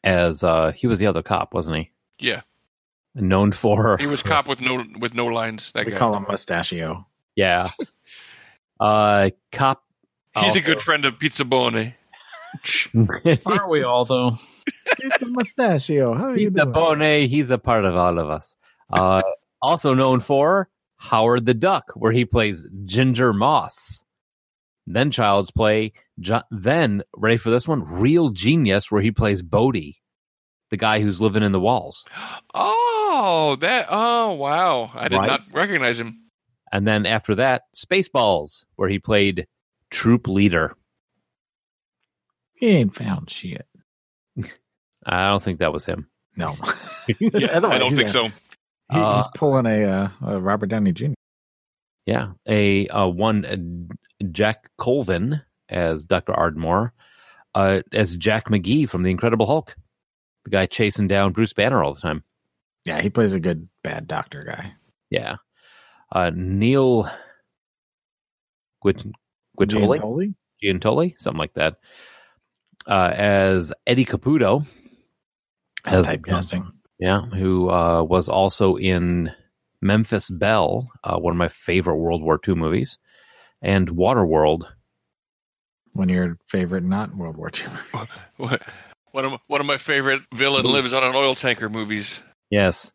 As uh, he was the other cop, wasn't he?
Yeah.
Known for
He was cop with no with no lines. That
We
guy.
call him Mustachio.
<laughs>
yeah. uh, cop.
He's a good friend of Pizza Bone. <laughs>
<laughs> friend.
Aren't we all though?
It's a mustachio. How are you
He's a
doing?
bone. He's a part of all of
<laughs>
us. Uh, also known for Howard the Duck, where he plays Ginger Moss. Then Child's Play. Jo- then ready for this one? Real Genius, where he plays Bodie, the guy who's living in the walls.
Oh, that. Oh, wow. I did
Right.
not recognize him.
<laughs>
And then after that, Spaceballs, where he played Troop Leader.
He ain't found shit.
I don't think that was him.
<laughs>
No. <laughs>
Yeah, I
Otherwise,
don't
he's
think
a-
so.
He,
Uh,
he's pulling a, uh, a Robert Downey Jr.
Yeah, a uh, one uh, Jack Colvin as Doctor Ardmore, uh, as Jack McGee from The Incredible Hulk, the guy chasing down Bruce Banner all the time.
Yeah, he plays a good bad doctor guy.
Yeah, uh, Neil Guit- Guitoli,
Gianoli?
Giantoli, something like that, uh, as Eddie Caputo, as
Typecasting.
yeah, who uh, was also in Memphis Belle, uh, one of my favorite World War II movies, and Waterworld.
One of your favorite not World War II.
One of my- one of my favorite villain lives on an oil tanker movies. <laughs>
Yes.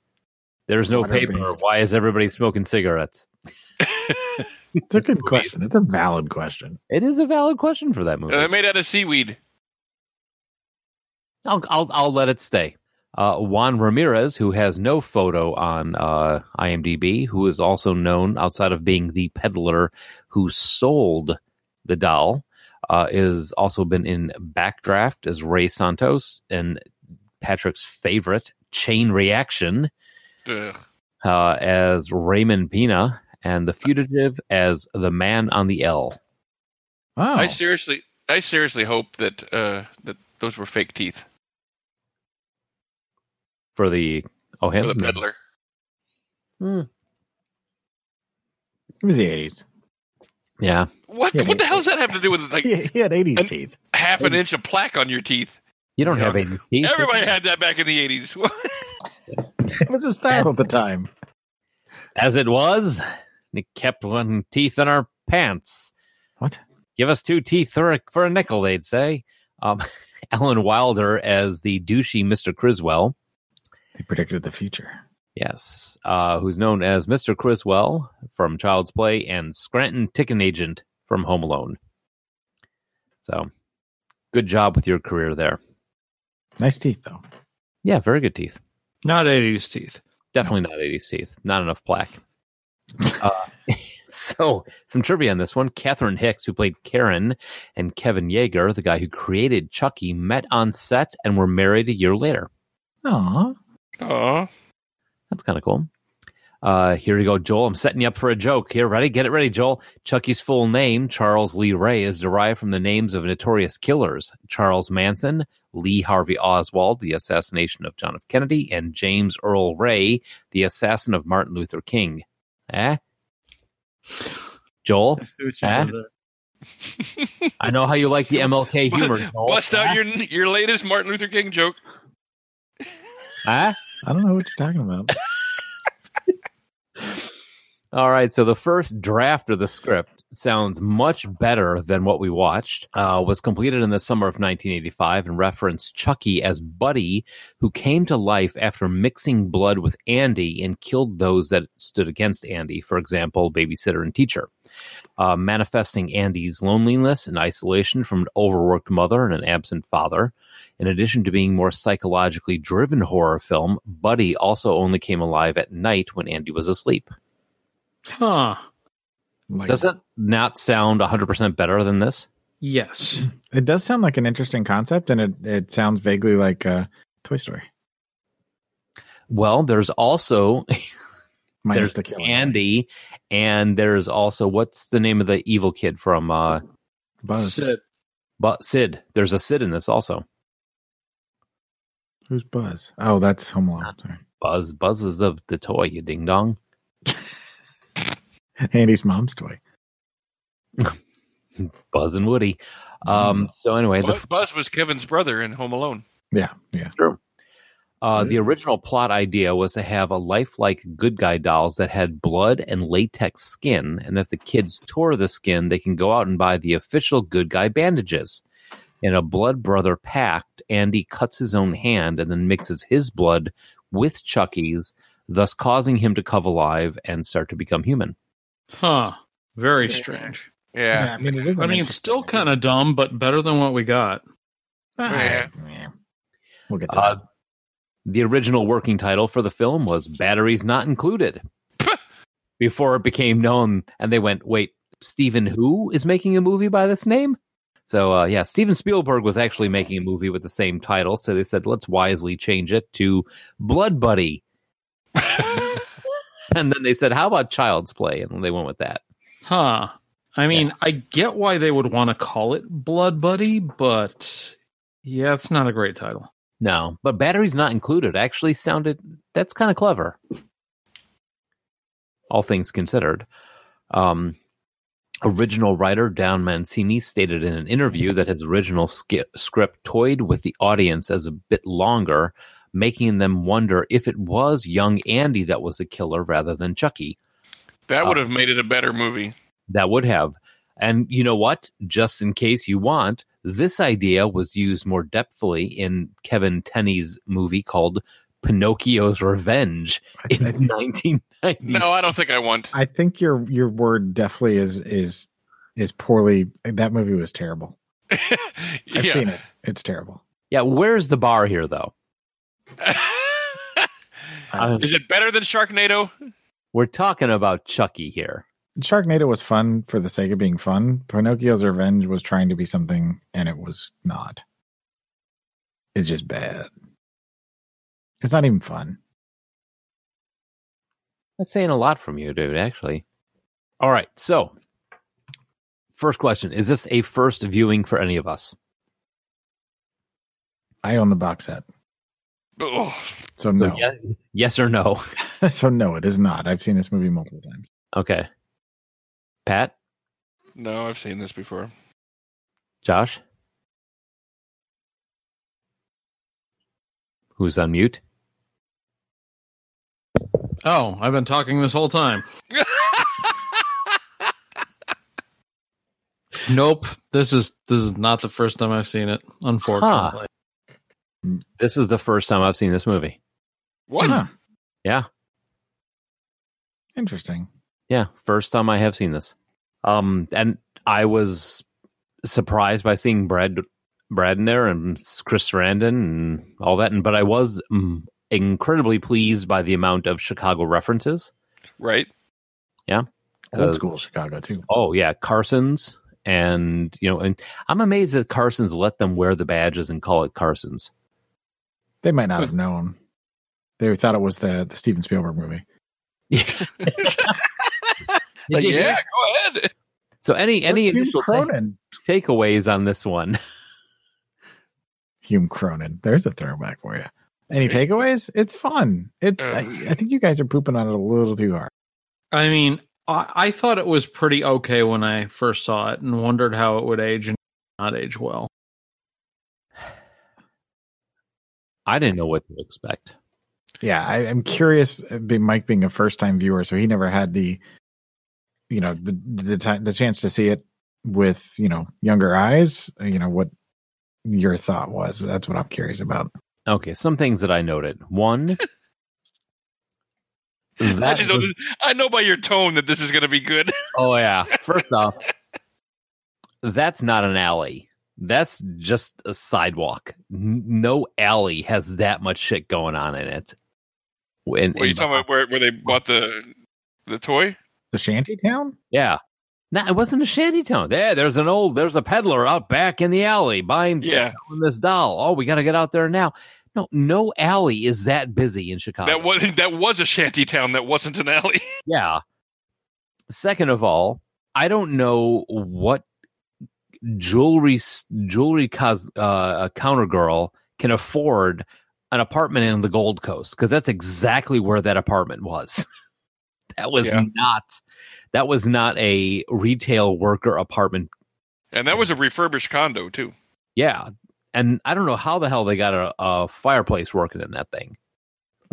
There's no
Water
paper.
based.
Why is everybody smoking cigarettes?
<laughs>
<laughs>
It's a good question. It's a valid question.
It is a valid question for that movie.
They're made out of seaweed.
I'll I'll, I'll let it stay. Uh, Juan Ramirez, who has no photo on uh, IMDb, who is also known outside of being the peddler who sold the doll, uh, is also been in Backdraft as Ray Santos and Patrick's favorite Chain Reaction.
Ugh.
uh, as Raymond Pina and the fugitive as the man on the L.
Wow.
I seriously, I seriously hope that uh, that those were fake teeth
for the oh
for
him
the peddler.
It was the 80s.
yeah
What?
Yeah,
what the
they-
hell does that have to do with
<laughs>
like
He, he had 80s
And-
teeth.
half an inch of plaque on your teeth?
you don't
Yeah.
have any teeth.
Everybody had that back in the eighties. <laughs>
It was his style at the time.
as it was we kept one teeth in our pants
What?
give us two teeth for a, for a nickel they'd say um <laughs> Ellen Wilder as the douchey Mr. Criswell
He predicted the future.
yes uh who's known as Mr. Criswell from Child's Play and Scranton Ticket Agent from Home Alone so good job with your career there
Nice teeth, though.
yeah very good teeth
Not 80s teeth.
Definitely not 80s teeth. Not enough plaque. uh, <laughs> so, some trivia on this one. Catherine Hicks, who played Karen, and Kevin Yeager, the guy who created Chucky, met on set and were married a year later.
Aw.
Oh,
That's kind of cool. Uh, here you go, Joel. I'm setting you up for a joke. Here, ready? Get it ready, Joel. Chucky's full name, Charles Lee Ray, is derived from the names of notorious killers Charles Manson, Lee Harvey Oswald, the assassination of John F. Kennedy, and James Earl Ray, the assassin of Martin Luther King. Eh? Joel,
I see what
you Huh? did I know how you like the MLK humor. Joel.
bust out your your latest Martin Luther King joke.
Eh?
I don't know what you're talking <laughs> about.
All right, so the first draft of the script sounds much better than what we watched. Uh, was completed in the summer of 1985 and referenced Chucky as Buddy, who came to life after mixing blood with Andy and killed those that stood against Andy, for example, babysitter and teacher, uh, manifesting Andy's loneliness and isolation from an overworked mother and an absent father. In addition to being more psychologically driven horror film, Buddy also only came alive at night when Andy was asleep.
Huh.
Like,
Does that not sound 100% better than this?
Yes.
It does sound like an interesting concept, and it, it sounds vaguely like uh, Toy Story.
Well, there's also
Minus
there's
the killer.
Andy, and there's also what's the name of the evil kid from uh
Buzz.
Sid.
But Sid, there's a Sid in this also.
Who's Buzz? Oh, that's Home Alone. Sorry. <laughs>
Buzz, Buzz is the, the toy, you ding dong.
Andy's mom's toy.
Buzz and Woody. Um, so anyway, the
Buzz, Buzz was Kevin's brother in Home Alone.
Yeah, yeah.
Uh, the original plot idea was to have a lifelike good guy dolls that had blood and latex skin, and if the kids tore the skin, they can go out and buy the official good guy bandages. In a blood brother pact, Andy cuts his own hand and then mixes his blood with Chucky's, thus causing him to come alive and start to become human.
Huh. Very
Yeah.
strange.
Yeah.
I mean, it is.
I mean, it's still kind of dumb, but better than what we got.
Yeah.
Ah, We'll get to
Uh,
that.
the original working title for the film was Batteries Not Included. Before it became known, and they went, wait, Stephen who is making a movie by this name? So, uh, yeah, Steven Spielberg was actually making a movie with the same title. So they said, let's wisely change it to Blood Buddy. And then they said, how about Child's Play? And they went with that.
Huh. I mean, I get why they would want to call it Blood Buddy, but yeah, it's not a great title.
No, but Batteries Not Included actually sounded, that's kind of clever. all things considered. Um, original writer Dan Mancini stated in an interview that his original sk- script toyed with the audience as a bit longer, making them wonder if it was young Andy that was the killer rather than Chucky.
That would have made it a better movie.
That would have. And you know what? Just in case you want, this idea was used more depthfully in Kevin Tenney's movie called Pinocchio's Revenge
I,
in
th- I, <laughs> think,
1990.
No, I don't think I want. <laughs>
I think your your word definitely is is is poorly. That movie was terrible. I've
yeah. <laughs>
seen it. It's terrible.
Yeah, where's the bar here, though?
Uh,
Is it better than Sharknado?
We're talking about Chucky here.
Sharknado was fun for the sake of being fun. Pinocchio's Revenge was trying to be something, and it was not. It's just bad. It's not even fun.
That's saying a lot from you, dude, actually. All right. So, first question Is this a first viewing for any of us?
I own the box set,
Oh,
so no.
So, ye- yes or no? <laughs>
<laughs> so no, it is not. I've seen this movie multiple times.
Okay. Pat,
no, I've seen this before.
Josh? Who's on mute?
Oh, I've been talking this whole <laughs> time. Nope. This is this is not the first time I've seen it, unfortunately.
This is the first time I've seen this movie.
what?
Huh.
Yeah.
Interesting.
Yeah, first time I have seen this. Um, and I was surprised by seeing Brad Brad in there and Chris Sarandon and all that, and but I was mm, incredibly pleased by the amount of Chicago references.
Right?
Old
'Cause-
school Chicago too.
Oh yeah, Carson's, and you know, and I'm amazed that Carson's let them wear the badges and call it Carson's.
They might
Hmm.
not have known. They thought it was the the Steven Spielberg movie.
Like, yeah, go ahead.
So any any
Where's Hume
initial ta-
Cronin?
takeaways on this one? <laughs>
Hume Cronin. There's a throwback for you. Any takeaways? It's fun. It's. I, I think you guys are pooping on it a little too hard.
I mean, I, I thought it was pretty okay when I first saw it and wondered how it would age and not age well.
I didn't know what to expect.
Yeah, I, I'm curious. uh, be- Mike being a first time viewer, so he never had the, you know, the the time the chance to see it with you know younger eyes. You know what your thought was. That's what I'm curious about.
Okay, some things that I noted.
<laughs>
One,
I,
that
just know
was-
this, I know by your tone that this is going to be good.
oh yeah.
<laughs>
First off, that's not an alley. That's just a sidewalk. N- No alley has that much shit going on in it. And,
What are you talking about? Where, where they bought the the toy?
The shanty town.
Yeah. No, it wasn't a shanty town. There, there's an old, there's a peddler out back in the alley buying
Yeah.
selling this doll. Oh, we got to get out there now. No, no alley is that busy in Chicago.
That was that was a shanty town. That wasn't an alley. <laughs>
Yeah. Second of all, I don't know what jewelry s- jewelry cos, uh, counter girl can afford an apartment in the Gold Coast because that's exactly where that apartment was. <laughs> that was
Yeah.
not that was not a retail worker apartment
And that was a refurbished condo too.
Yeah. And I don't know how the hell they got a, a fireplace working in that thing.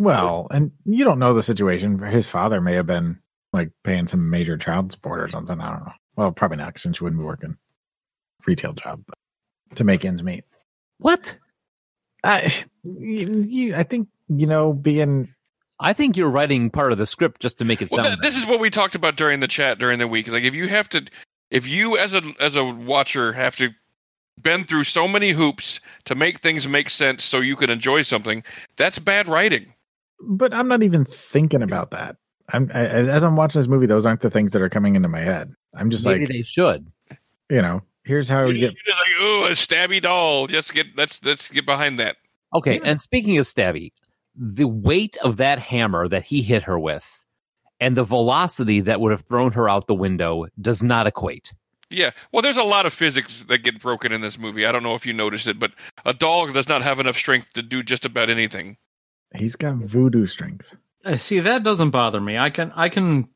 Well, and you don't know the situation. His father may have been like paying some major child support or something. I don't know. Well, probably not since you wouldn't be working retail job but to make ends meet.
What?
I, you, you- I think you know being
I think you're writing part of the script just to make it
Well,
sound.
th- this is what we talked about during the chat during the week. Like if you have to, if you as a as a watcher have to bend through so many hoops to make things make sense so you can enjoy something, that's bad writing.
but I'm not even thinking about that. I'm I, as I'm watching this movie, those aren't the things that are coming into my head. I'm just
Maybe
like,
they should.
you know, here's how you
You're
get.
just like, ooh, a stabby doll. Let's get let's let's get behind that.
Okay. And speaking of Stabby, the weight of that hammer that he hit her with and the velocity that would have thrown her out the window does not equate.
Yeah. Well, there's a lot of physics that get broken in this movie. I don't know if you noticed it, but a dog does not have enough strength to do just about anything.
He's got voodoo strength.
Uh, See, that doesn't bother me. I can I can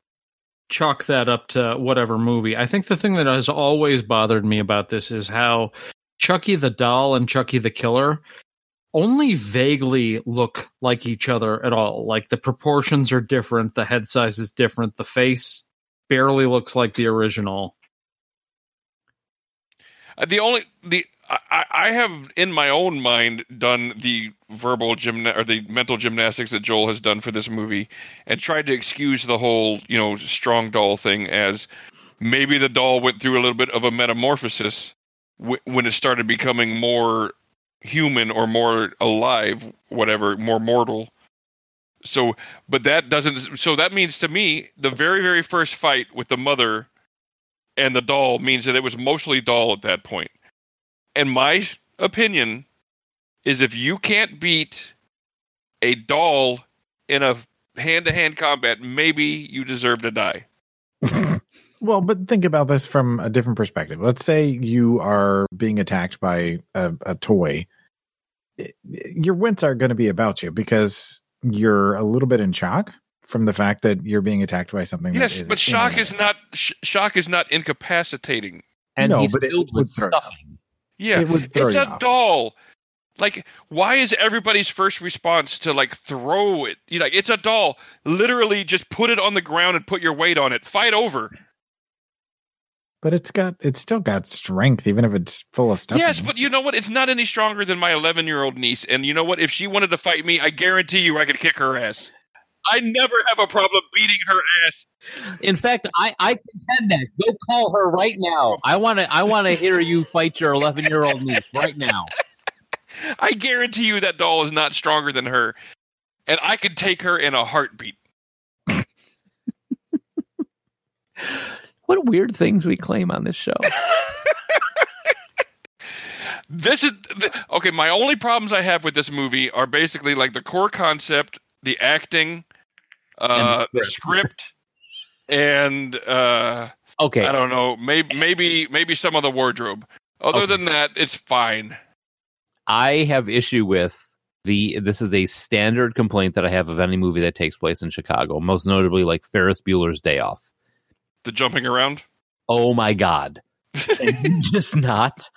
chalk that up to whatever movie. I think the thing that has always bothered me about this is how Chucky the doll and Chucky the killer only vaguely look like each other at all. Like the proportions are different, the head size is different, the face barely looks like the original.
Uh, The only the I- I, I have in my own mind done the verbal gymna- or the mental gymnastics that Joel has done for this movie, and tried to excuse the whole you know strong doll thing as maybe the doll went through a little bit of a metamorphosis w- when it started becoming more human or more alive, whatever, more mortal. So, but that doesn't. So that means to me the very very first fight with the mother and the doll means that it was mostly doll at that point. And my opinion is if you can't beat a doll in a hand to hand combat, maybe you deserve to die.
Well, but think about this from a different perspective. Let's say you are being attacked by a, a toy. I- Your wits are going to be about you because you're a little bit in shock from the fact that you're being attacked by something. that
yes,
is
but shock is
inanimate.
not sh- shock is not incapacitating.
And
No,
he's
but it
filled
would
with
throw it
stuffing.
Yeah,
It would throw
it's
you
a
off.
doll. Like, why is everybody's first response to like throw it? You like, it's a doll. Literally, just put it on the ground and put your weight on it. Fight over.
But it's got it's still got strength, even if it's full of stuff.
Yes, but you know what? It's not any stronger than my 11 year old niece. And you know what? If she wanted to fight me, I guarantee you I could kick her ass. I never have a problem beating her ass.
In fact, I, I contend that. Go call her right now. I want to I want to hear you fight your 11 year old niece right now.
I guarantee you that doll is not stronger than her. And I could take her in a heartbeat.
What weird things we claim on this show.
This is th- okay. My only problems I have with this movie are basically like the core concept, the acting, uh,
And the
the script, and uh,
Okay.
I don't know, maybe maybe maybe some of the wardrobe. Other
Okay.
than that, it's fine.
I have issue with the this is a standard complaint that I have of any movie that takes place in Chicago, most notably like Ferris Bueller's Day Off.
The jumping around.
Oh my god. Can
<laughs>
you just not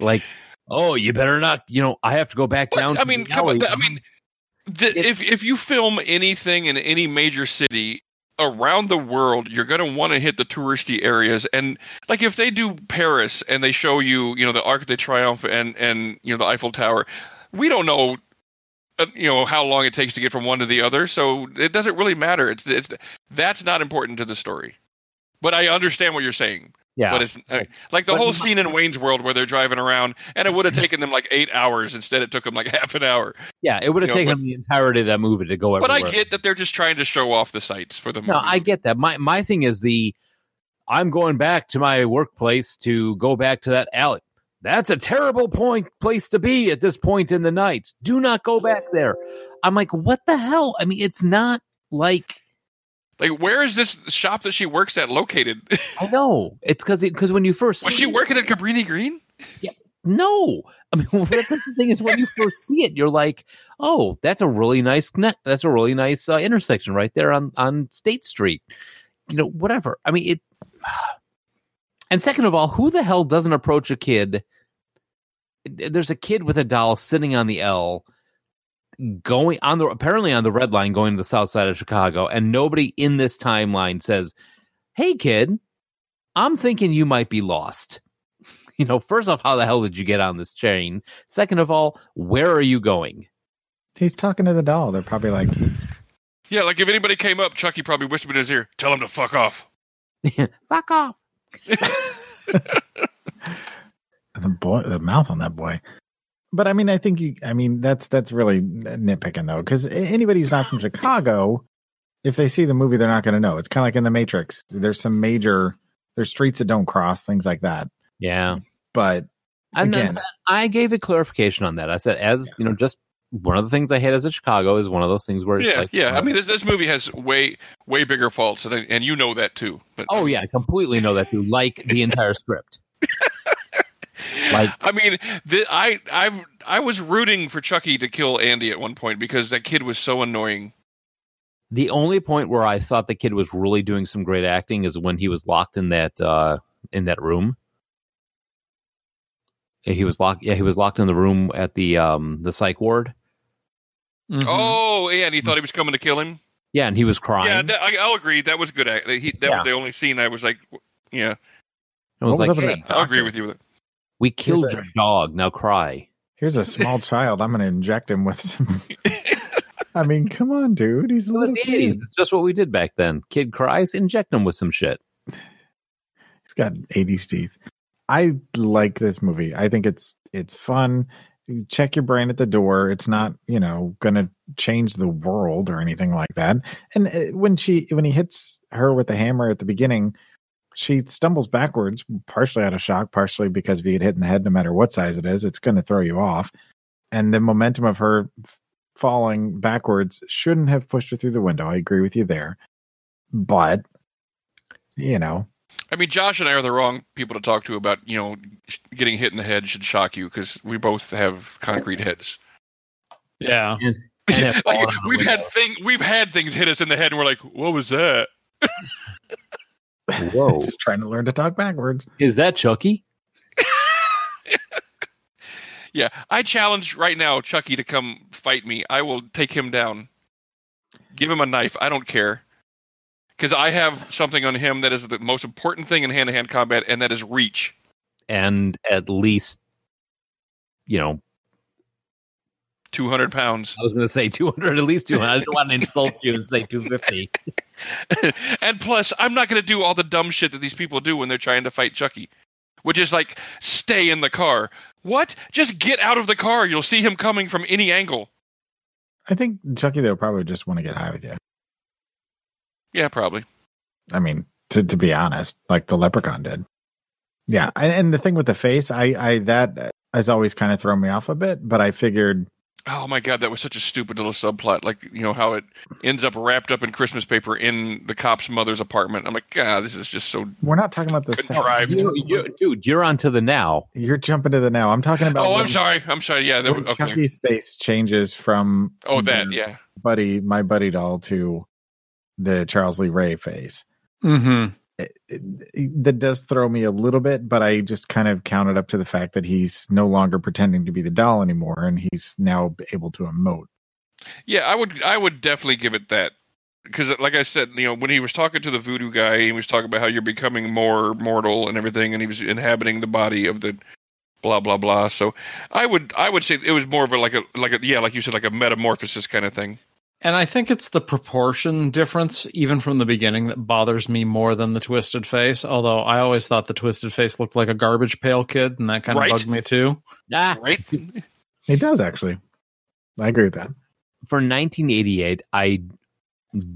like oh, you better not, you know, I have to go back
But,
down.
I
to
mean,
the
come on,
alley.
th- I mean, the,
It-
if if you film anything in any major city around the world, you're going to want to hit the touristy areas. And like if they do Paris and they show you, you know, the Arc de Triomphe and and you know the Eiffel Tower, we don't know. uh, You know how long it takes to get from one to the other, so it doesn't really matter. It's it's that's not important to the story, but I understand what you're saying.
yeah.
But it's uh, like the
But
whole
my-
scene in Wayne's World where they're driving around, and it would have taken them like eight hours. Instead, it took them like <laughs> half an hour.
yeah, it would have
you know,
taken
but-
him the entirety of that movie to go
But I
everywhere.
get that they're just trying to show off the sites for the movie.
No, I get that. My my thing is the I'm going back to my workplace to go back to that alley. That's a terrible point place to be at this point in the night. Do not go back there. I'm like, what the hell? I mean, it's not like
Like, where is this shop that she works at located? <laughs>
I know it's because because when you first
Was she
see it-
working at Cabrini Green?
No, I mean <laughs> that's the thing is when you first see it, you're like, oh, that's a really nice connect. That's a really nice uh, intersection right there on on State Street. You know, whatever. I mean it. <sighs> And second of all, who the hell doesn't approach a kid? There's a kid with a doll sitting on the L, going on the apparently on the red line going to the south side of Chicago, and nobody in this timeline says, "Hey, kid, I'm thinking you might be lost." you know, first off, how the hell did you get on this chain? Second of all, where are you going?
He's talking to the doll. They're probably like, he's
Yeah, like if anybody came up, Chucky probably whispered in his ear, "Tell him to fuck off."
Fuck off.
the boy, the mouth on that boy. But I mean, I think you. I mean, that's that's really nitpicking though, because anybody who's not from Chicago, if they see the movie, they're not going to know. It's kind of like in the Matrix. There's some major, there's streets that don't cross, things like that.
Yeah.
But
And
Again.
then I gave a clarification on that. I said, as you know, just one of the things I hate as a Chicago is one of those things where it's
yeah,
like,
yeah. I mean, this, this movie has way way bigger faults, and and you know that too. But
oh yeah, I completely know that you like the entire script. Like-
I mean, th I I've I was rooting for Chucky to kill Andy at one point because that kid was so annoying.
The only point where I thought the kid was really doing some great acting is when he was locked in that uh in that room. Yeah, He was locked. Yeah, he was locked in the room at the um the psych ward.
Mhm.
Mm-hmm.
Oh, yeah, and he thought he was coming to kill him.
Yeah, and he was crying.
Yeah, that, I, I'll agree. That was good. act- He, that
Yeah.
was the only scene I was like, w-
I
yeah,
was
What was
like,
up with
"Hey,
that
I'll agree with you. With it.
We killed
a-
your dog. Now cry.
here's
<laughs>
a small child. I'm going to inject him with some. I mean, come on, dude. He's a
Well,
little
it's the 80s.
kid.
It's just what we did back then. Kid cries, inject him with some shit.
He's got 80s teeth. I like this movie. I think it's it's fun. You Check your brain at the door. It's not, you know, going to change the world or anything like that. And uh, when she when he hits her with the hammer at the beginning, she stumbles backwards, partially out of shock, partially because if you get hit in the head no matter what size it is, it's going to throw you off. And the momentum of her f- falling backwards shouldn't have pushed her through the window. I agree with you there. But you know,
I mean, Josh and I are the wrong people to talk to about you know sh- getting hit in the head should shock you because we both have concrete heads.
yeah.
And it
<laughs> Like,
fallen on the
we've had
window.
thing we've had things hit us in the head, and we're like, what was that?
Whoa.
just trying to learn to talk backwards.
Is that Chucky?
Yeah, I challenge right now Chucky to come fight me. I will take him down. Give him a knife. I don't care. Because I have something on him that is the most important thing in hand to hand combat, and that is reach.
And at least, you know,
200 pounds. <laughs>
I was going to say 200, at least 200. I didn't want to insult you and say 250.
and plus, I'm not going to do all the dumb shit that these people do when they're trying to fight Chucky, which is like, stay in the car. What? Just get out of the car. You'll see him coming from any angle.
I think Chucky though probably just want to get high with you.
Yeah, probably.
I mean, to to be honest, like the leprechaun did. Yeah, and, and the thing with the face, I I that has always kind of thrown me off a bit, but I figured
Oh my god, that was such a stupid little subplot. Like, you know, how it ends up wrapped up in Christmas paper in the cop's mother's apartment. I'm like, God, this is just so.
we're not talking about the set.
Contrived.
You,
You- you- dude, you're on to the now.
are jumping to the now. I'm talking about
Oh,
when-
I'm sorry. I'm sorry. Yeah. That,
when
was- okay.
Chucky's face changes from
Oh, that. Yeah.
buddy, my buddy doll to the Charles Lee Ray face.
Mm-hmm.
it, it, that does throw me a little bit, but I just kind of counted up to the fact that he's no longer pretending to be the doll anymore, and he's now able to emote.
Yeah, I would I would definitely give it that because, like I said, you know, when he was talking to the voodoo guy, he was talking about how you're becoming more mortal and everything, and he was inhabiting the body of the blah blah blah. So I would I would say it was more of a like a like a yeah, like you said, like a metamorphosis kind of thing.
And I think it's the proportion difference, even from the beginning, that bothers me more than the twisted face. Although I always thought the twisted face looked like a garbage pail kid, and that kind of
Right.
bugged me too.
Ah,
Right?
He does actually. I agree with that.
for 1988, I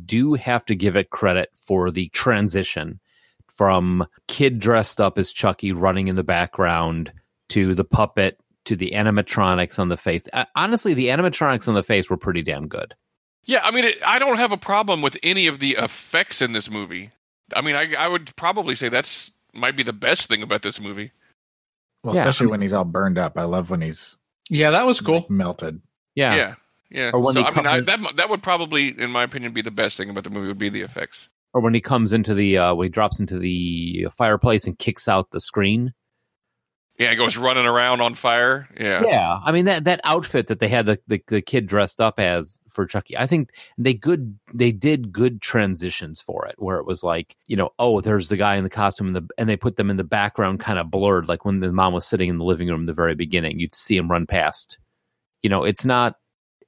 do have to give it credit for the transition from kid dressed up as Chucky running in the background to the puppet to the animatronics on the face. Uh, honestly, the animatronics on the face were pretty damn good.
<laughs> Yeah, I mean, it, I don't have a problem with any of the effects in this movie. I mean, I, I would probably say that's might be the best thing about this movie.
Well,
Yeah.
especially when he's all burned up. I love when he's
Yeah, that was cool.
like, melted.
Yeah.
Yeah, yeah.
Or when
So,
they
I mean,
come
I,
in-
that mu- that would probably, in my opinion, be the best thing about the movie would be the effects.
Or when he comes into the uh, when he drops into the fireplace and kicks out the screen.
Yeah, it goes running around on fire. Yeah,
Yeah, I mean that that outfit that they had the, the the kid dressed up as for Chucky. I think they good they did good transitions for it, where it was like you know, oh, there's the guy in the costume, and the and they put them in the background, kind of blurred, like when the mom was sitting in the living room in the very beginning, you'd see him run past. You know, it's not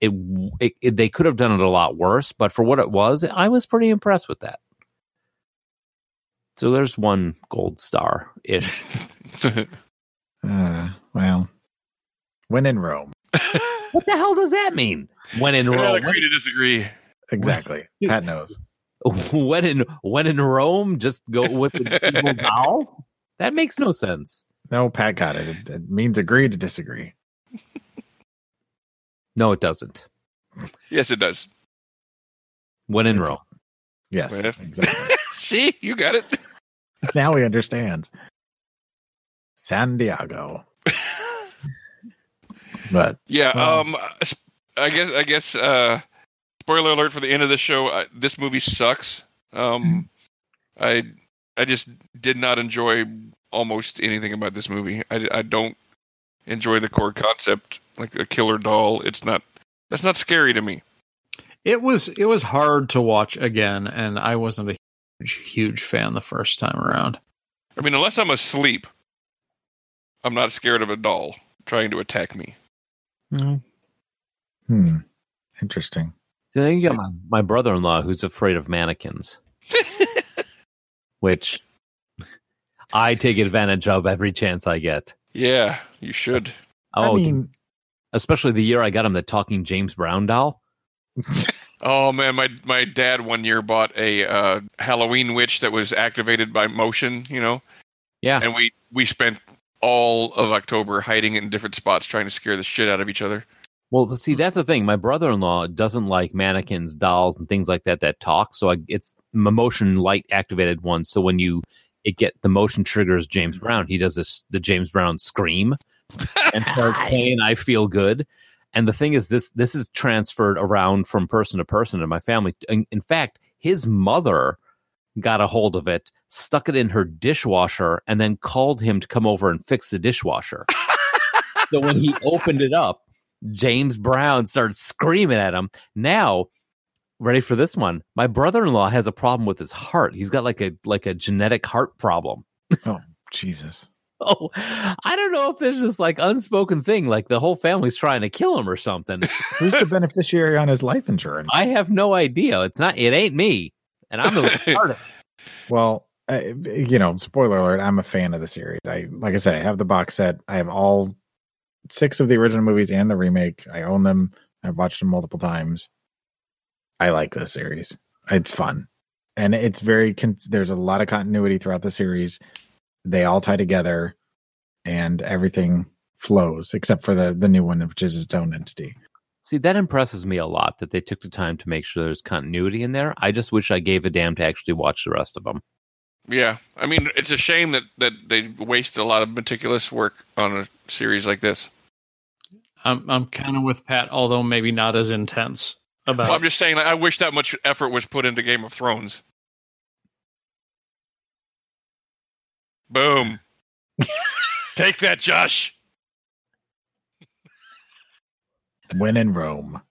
it, it, it they could have done it a lot worse, but for what it was, I was pretty impressed with that. So there's one gold star
<laughs>
ish.
Uh, well, when in Rome.
what the hell does that mean? When in
We're not
Rome,
agree to disagree.
Exactly. Pat knows.
<laughs> when in when in Rome, just go with the
<laughs>
evil doll. That makes no sense.
No, Pat got it. It, it means agree to disagree.
No, it doesn't.
Yes, it does.
When in Rome,
Yes.
Well, if-
Exactly.
See, you got it. <laughs>
now he understands. San Diego. But
Yeah.
Wow.
Um. sp- I guess. I guess. Uh. Spoiler alert for the end of the show. Uh, this movie sucks. Um. I. I just did not enjoy almost anything about this movie. I. I don't enjoy the core concept, like a killer doll. It's not. That's not scary to me.
It was it was hard to watch again, and I wasn't a huge huge fan the first time around.
I mean, unless I'm asleep, I'm not scared of a doll trying to attack me.
hmm. Interesting.
so then you got my, my brother in law who's afraid of
<laughs>
mannequins, which I take advantage of every chance I get.
yeah, you should.
Oh,
I mean,
especially the year I got him the talking James Brown doll.
Oh man, my my dad one year bought a uh, Halloween witch that was activated by motion, you know.
Yeah.
And we we spent all of October hiding in different spots trying to scare the shit out of each other.
Well, see, that's the thing. My brother-in-law doesn't like mannequins, dolls, and things like that that talk. So I, it's m- motion light activated ones. So when you it get the motion triggers James Brown, he does this the James Brown scream and starts playing "I Feel Good." And the thing is, this this is transferred around from person to person in my family. In, in fact, his mother got a hold of it, stuck it in her dishwasher, and then called him to come over and fix the dishwasher. so when he opened it up. James Brown started screaming at him. Now, ready for this one? My brother-in-law has a problem with his heart. He's got like a like a genetic heart problem. <laughs>
Jesus.
Oh, I don't know if there's this like unspoken thing, like the whole family's trying to kill him or something.
Who's the beneficiary on his life insurance?
I have no idea. It's not. It ain't me, and I'm
<laughs>
the part of
Well, I, you know, spoiler alert, I'm a fan of the series. I like I said, I have the box set. I have all six of the original movies and the remake. I own them. I've watched them multiple times. I like this series. It's fun. And it's very con- there's a lot of continuity throughout the series. They all tie together and everything flows except for the the new one which is its own entity.
See, that impresses me a lot that they took the time to make sure there's continuity in there. I just wish I gave a damn to actually watch the rest of them.
Yeah, I mean, it's a shame that that they waste a lot of meticulous work on a series like this.
I'm I'm kind of with Pat, although maybe not as intense about.
Well, I'm just saying, like, I wish that much effort was put into Game of Thrones. Boom. Take that, Josh.
When in Rome.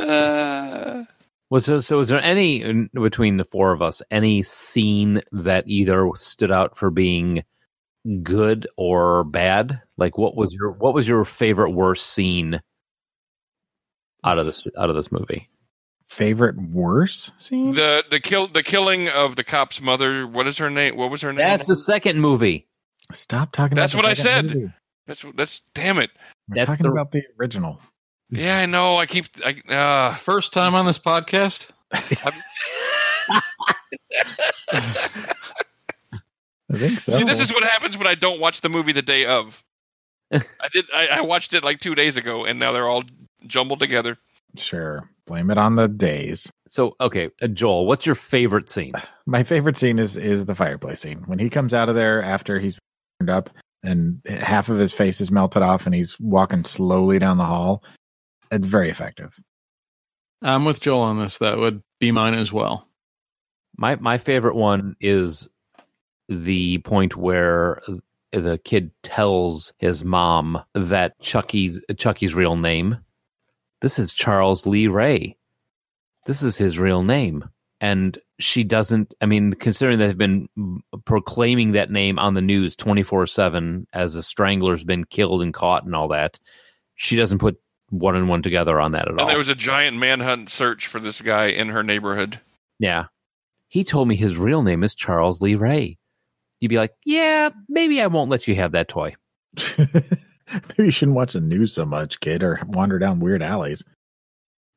Uh,
Well, so so is there any in between the four of us any scene that either stood out for being good or bad? Like, what was your what was your favorite worst scene out of this out of this movie?
Favorite worse scene?
the the kill the killing of the cop's mother. What is her name? What was her name?
That's the second movie.
Stop talking
That's
about the
what I
second
said.
movie.
that's that's- damn it.
We're
That's
talking
the-
about the original.
Yeah, I know. I keep. I uh,
First time on this podcast.
I think so.
see, this is what happens when
<laughs>
I don't watch the movie the day of. I did. I, I watched it like two days ago, and now they're all jumbled together.
Sure. Blame it on the days.
So, okay, uh, Joel, what's your favorite scene?
My favorite scene is is the fireplace scene. When he comes out of there after he's turned up and half of his face is melted off and he's walking slowly down the hall. It's very effective. <laughs>
I'm with Joel on this. That would be mine as well.
My my favorite one is the point where the kid tells his mom that Chucky's Chucky's real name. This is Charles Lee Ray. This is his real name. And she doesn't I mean, considering they've been proclaiming that name on the news twenty four seven as the strangler's been killed and caught and all that, she doesn't put one and one together on that at all.
And there was a giant manhunt search for this guy in her neighborhood.
yeah. He told me his real name is Charles Lee Ray. You'd be like, Yeah, maybe I won't let you have that toy.
Maybe you shouldn't watch the news so much, kid, or wander down weird alleys.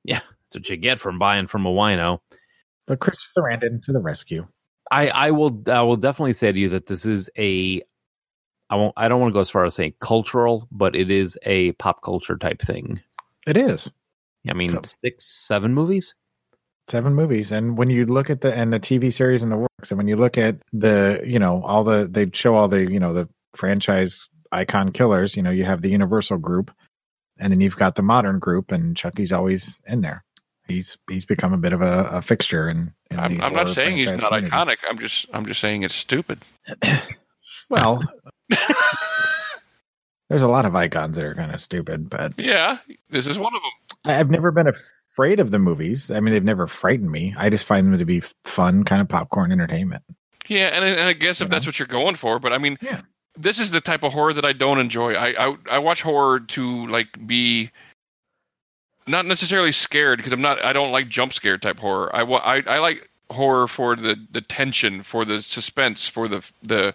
Yeah, that's what you get from buying from a wino.
But Chris Sarandon to the rescue.
I, I will I will definitely say to you that this is a I won't I don't want to go as far as saying cultural, but it is a pop culture type thing.
It is
I mean
Cool.
six, seven movies?
seven movies, and when you look at the and the TV series in the works, and when you look at the you know all the they show all the you know the franchise icon killers. You know you have the Universal group, and then you've got the modern group, and Chucky's always in there. He's he's become a bit of a, a fixture, and
I'm, I'm not saying he's not iconic. I'm just I'm just saying it's stupid.
Well, there's a lot of icons that are kind of stupid, but
Yeah, this is one of them.
I- I've never been afraid of the movies. I mean, they've never frightened me. I just find them to be fun, kind of popcorn entertainment.
Yeah, and, I- and I guess
You
if that's what you're going for, but I mean,
Yeah.
this is the type of horror that I don't enjoy. I I, I watch horror to like be not necessarily scared because I'm not. I don't like jump scare type horror. I, wa- I I like horror for the the tension, for the suspense, for the the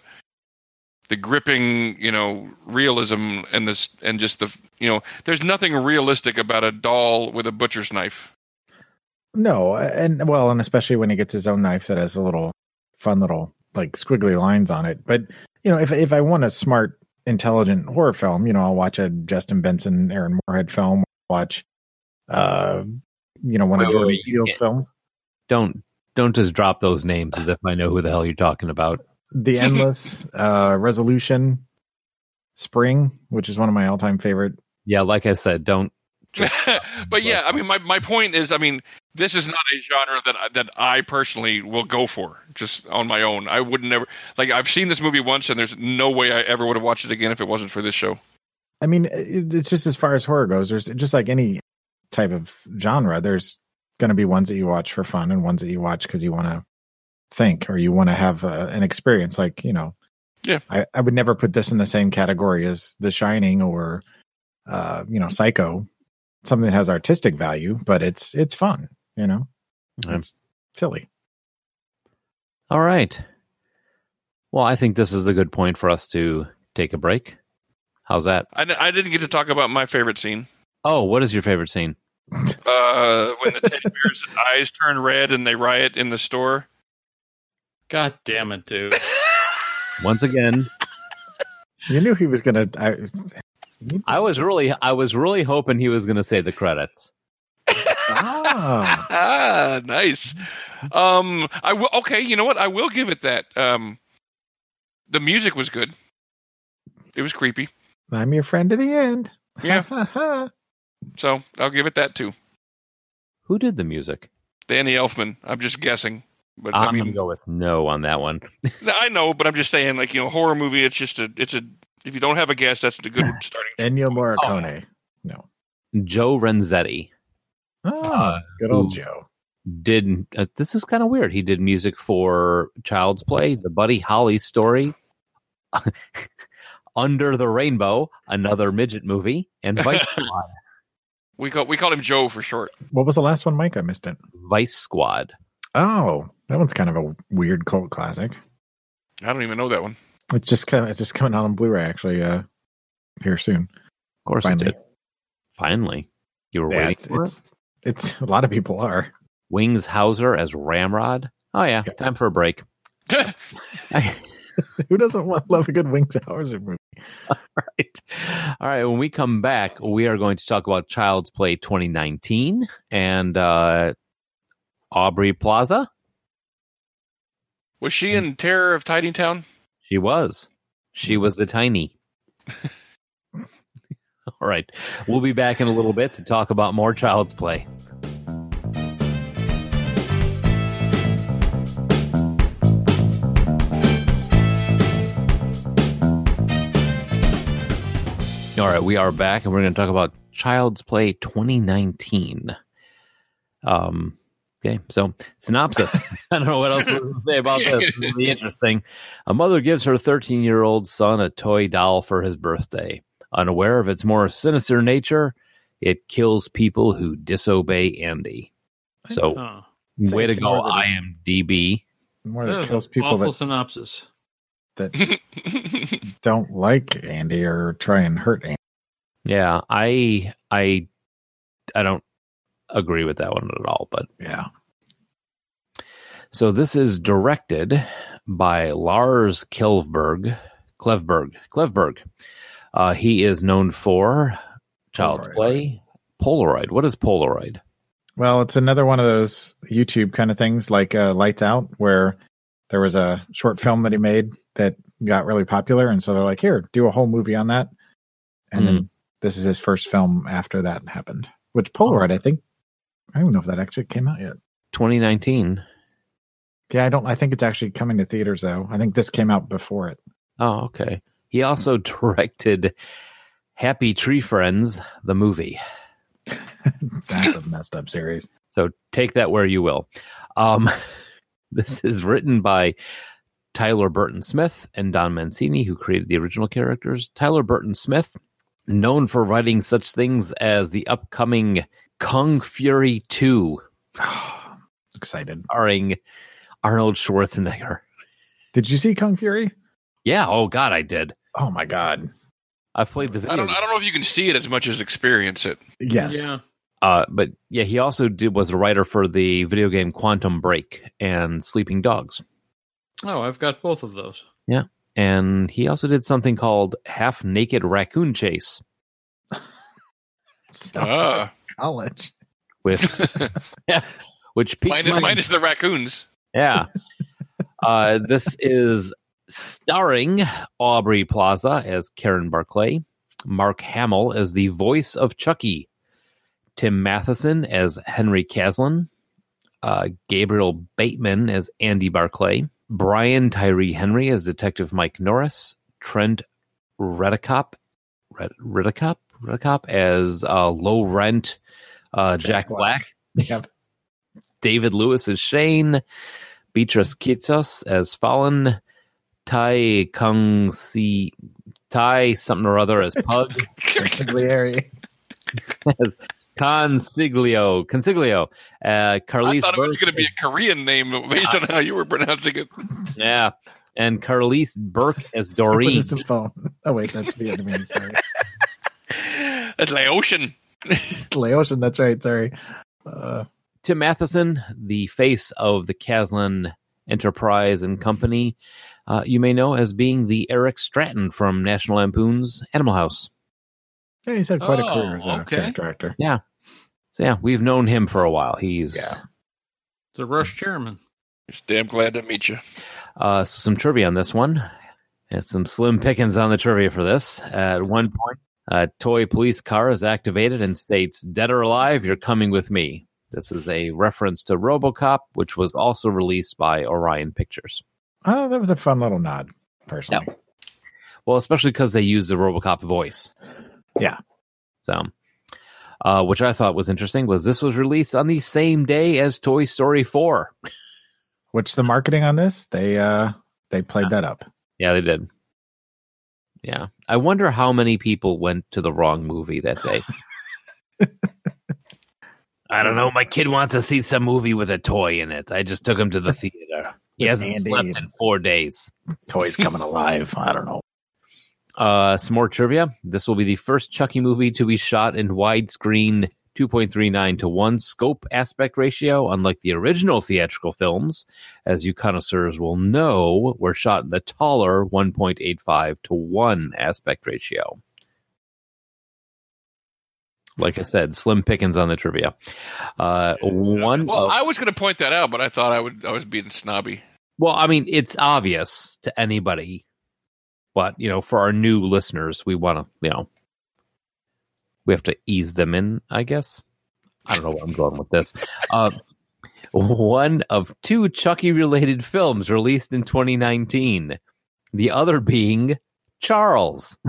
the gripping, you know, realism and this and just the you know, there's nothing realistic about a doll with a butcher's knife.
No, and well, and especially when he gets his own knife that has a little fun little like squiggly lines on it. But you know, if if I want a smart, intelligent horror film, you know, I'll watch a Justin Benson, Aaron Moorhead film. Watch, uh, you know, one
Wait,
of
wait,
Jordan
wait, you
Peele's
can't-
films,
Don't don't just drop those names as if I know who the hell you're talking about. <laughs>
The Endless, uh, Resolution, Spring, which is one of my all-time favorite
Yeah, like I said,
<laughs>
don't
but yeah, I mean, my, my point is, I mean, this is not a genre that I, that I personally will go for just on my own. I would never like I've seen this movie once, and there's no way I ever would have watched it again if it wasn't for this show.
I mean, it, it's just as far as horror goes. There's just like any type of genre. There's going to be ones that you watch for fun and ones that you watch because you want to think or you want to have uh an experience. Like you know,
Yeah.
I, I would never put this in the same category as The Shining or uh, you know Psycho, something that has artistic value, but it's it's fun. You know,
Yeah.
it's silly.
All right. Well, I think this is a good point for us to take a break. How's that?
I, I didn't get to talk about my favorite scene
Oh, what is your favorite scene?
uh, when the teddy bear's <laughs> eyes turn red and they riot in the store.
God damn it, <laughs> dude.
Once again,
You knew he was gonna.
<laughs>
I,
I was really I was really hoping he was going to say the credits.
ah,
ah, nice. Um, I will. Okay, you know what? I will give it that. Um, the music was good. It was creepy,
I'm your friend to the end. <laughs>
Yeah. so I'll give it that too.
Who did the music?
Danny Elfman. I'm just guessing, but
I'm
I
going to
mean,
go with no on that one.
I know, but I'm just saying, like you know, horror movie. It's just a, it's a. If you don't have a guess, that's a good starting.
Ennio
Oh.
Morricone.
Joe Renzetti
Ah, good old
who-
Joe.
did uh, this is kind of weird. He did music for Child's Play, The Buddy Holly Story, <laughs> Under the Rainbow, another midget movie, and
<laughs>
Vice Squad.
We call we call him Joe for short.
What was the last one, Mike? I missed it.
Vice Squad.
Oh, that one's kind of a weird cult classic.
I don't even know that one.
It's just kind of it's just coming out on Blu-ray actually uh here soon.
Of course,
Finally.
it did. Finally, you were
Yeah,
waiting
it's,
for it?
it's it's a lot of people are. <laughs>
Wings Hauser as Ramrod. Oh yeah, <laughs>
Yeah.
time for a break. I,
Who doesn't want love a good Wings Hauser movie?
right. All right. When we come back, we are going to talk about Child's Play 2019 and uh, Aubrey Plaza.
<laughs> Was she in Terror of Tidytown? <laughs>
She was. She was the tiny. All right. We'll be back in a little bit to talk about more Child's Play. All right, we are back and we're going to talk about Child's Play 2019. Um, okay, so synopsis. I don't know what else we can say about this. It'll be interesting. A mother gives her 13 year old son a toy doll for his birthday. Unaware of its more sinister nature, it kills people who disobey Andy. So,
Huh.
Say
way to
it's
go,
more of an-
IMDb.
More
That
that
is
kills
an
people
awful
that
synopsis.
don't like Andy or try and hurt Andy.
Yeah, I I I don't agree with that one at all, but
Yeah.
so this is directed by Lars Kilberg, Klevberg, Klevberg. Uh, he is known for Child's
Polaroid.
Play, Polaroid. What is Polaroid?
Well, it's another one of those YouTube kind of things like uh, Lights Out, where there was a short film that he made that got really popular. And so they're like, here, do a whole movie on that. And then this is his first film after that happened, which Polaroid, I think, I don't know if that actually came out yet.
2019.
Yeah, I don't, I think it's actually coming to theaters though. I think this came out before it.
Oh, okay. He also <laughs> directed Happy Tree Friends, the movie.
That's a messed up series.
So take that where you will. Um, <laughs> this is written by Tyler Burton Smith and Don Mancini, who created the original characters. Tyler Burton Smith, known for writing such things as the upcoming Kung Fury 2,
Excited.
starring Arnold Schwarzenegger.
Did you see Kung Fury?
Yeah, oh God, I did.
Oh my God.
I've played the video.
I don't. I don't know if you can see it as much as experience it.
Yes.
Yeah.
Uh, but yeah, he also did, was a writer for the video game Quantum Break and Sleeping Dogs.
Oh, I've got both of those.
And he also did something called Half Naked Raccoon Chase
Sounds like
Ah.
college.
with <laughs> which piques
minus,
my
minus the raccoons.
yeah. uh, this is starring Aubrey Plaza as Karen Barclay, Mark Hamill as the voice of Chucky, Tim Matheson as Henry Caslin, uh, Gabriel Bateman as Andy Barclay, Brian Tyree Henry as Detective Mike Norris, Trent Redicop, Red, Redicop, Redicop as uh, Low Rent uh,
Jack
Jack,
Black.
Black.
Yep.
David Lewis as Shane, Beatrice Kitsos as Fallen, Tai Kung Si, Tai something or other as Pug, <laughs>
Consigliere.
as Consiglio, Consiglio, uh,
I
Carlise
thought it was
Burke-
going to be a Korean name based on how you were pronouncing it.
yeah, and Carlise Burke as
Slip
Doreen.
into some phone. <laughs> Oh wait, that's
<laughs>
Vietnamese. Sorry,
That's Laotian.
Laotian. That's right. Sorry. Uh,
Tim Matheson, the face of the Caslin Enterprise and Company, uh, you may know as being the Eric Stratton from National Lampoon's Animal House.
yeah, he's had quite a
Oh,
career as a
okay.
character actor.
So yeah, we've known him for a while. He's
Yeah.
It's a Rush chairman.
Just damn glad to meet you.
Uh, so some trivia on this one. And some slim pickings on the trivia for this. At one point, a toy police car is activated and states, Dead or alive, you're coming with me. This is a reference to Robocop, which was also released by Orion Pictures.
Oh, that was a fun little nod. Personally,
Well, especially because they use the RoboCop voice.
Yeah.
So, uh, which I thought was interesting was this was released on the same day as Toy Story Four.
which the marketing on this they uh they played that up.
Yeah, they did. Yeah, I wonder how many people went to the wrong movie that day. I don't know. My kid wants to see some movie with a toy in it. I just took him to the theater. He hasn't
Andy.
slept in four days.
Toys coming alive. I don't know.
Uh, some more trivia. This will be the first Chucky movie to be shot in widescreen 2.39 to 1 scope aspect ratio, unlike the original theatrical films, as you connoisseurs will know, were shot in the taller 1.85 to 1 aspect ratio. Like I said, slim pickings on the trivia. Uh, one.
Well,
of-
I was going to point that out, but I thought I would. I was being snobby.
well, I mean, it's obvious to anybody, but you know, for our new listeners, we want to, you know, we have to ease them in, I guess. I don't know where I'm going with this. Uh, one of two Chucky related films released in 2019, the other being Charles. <laughs>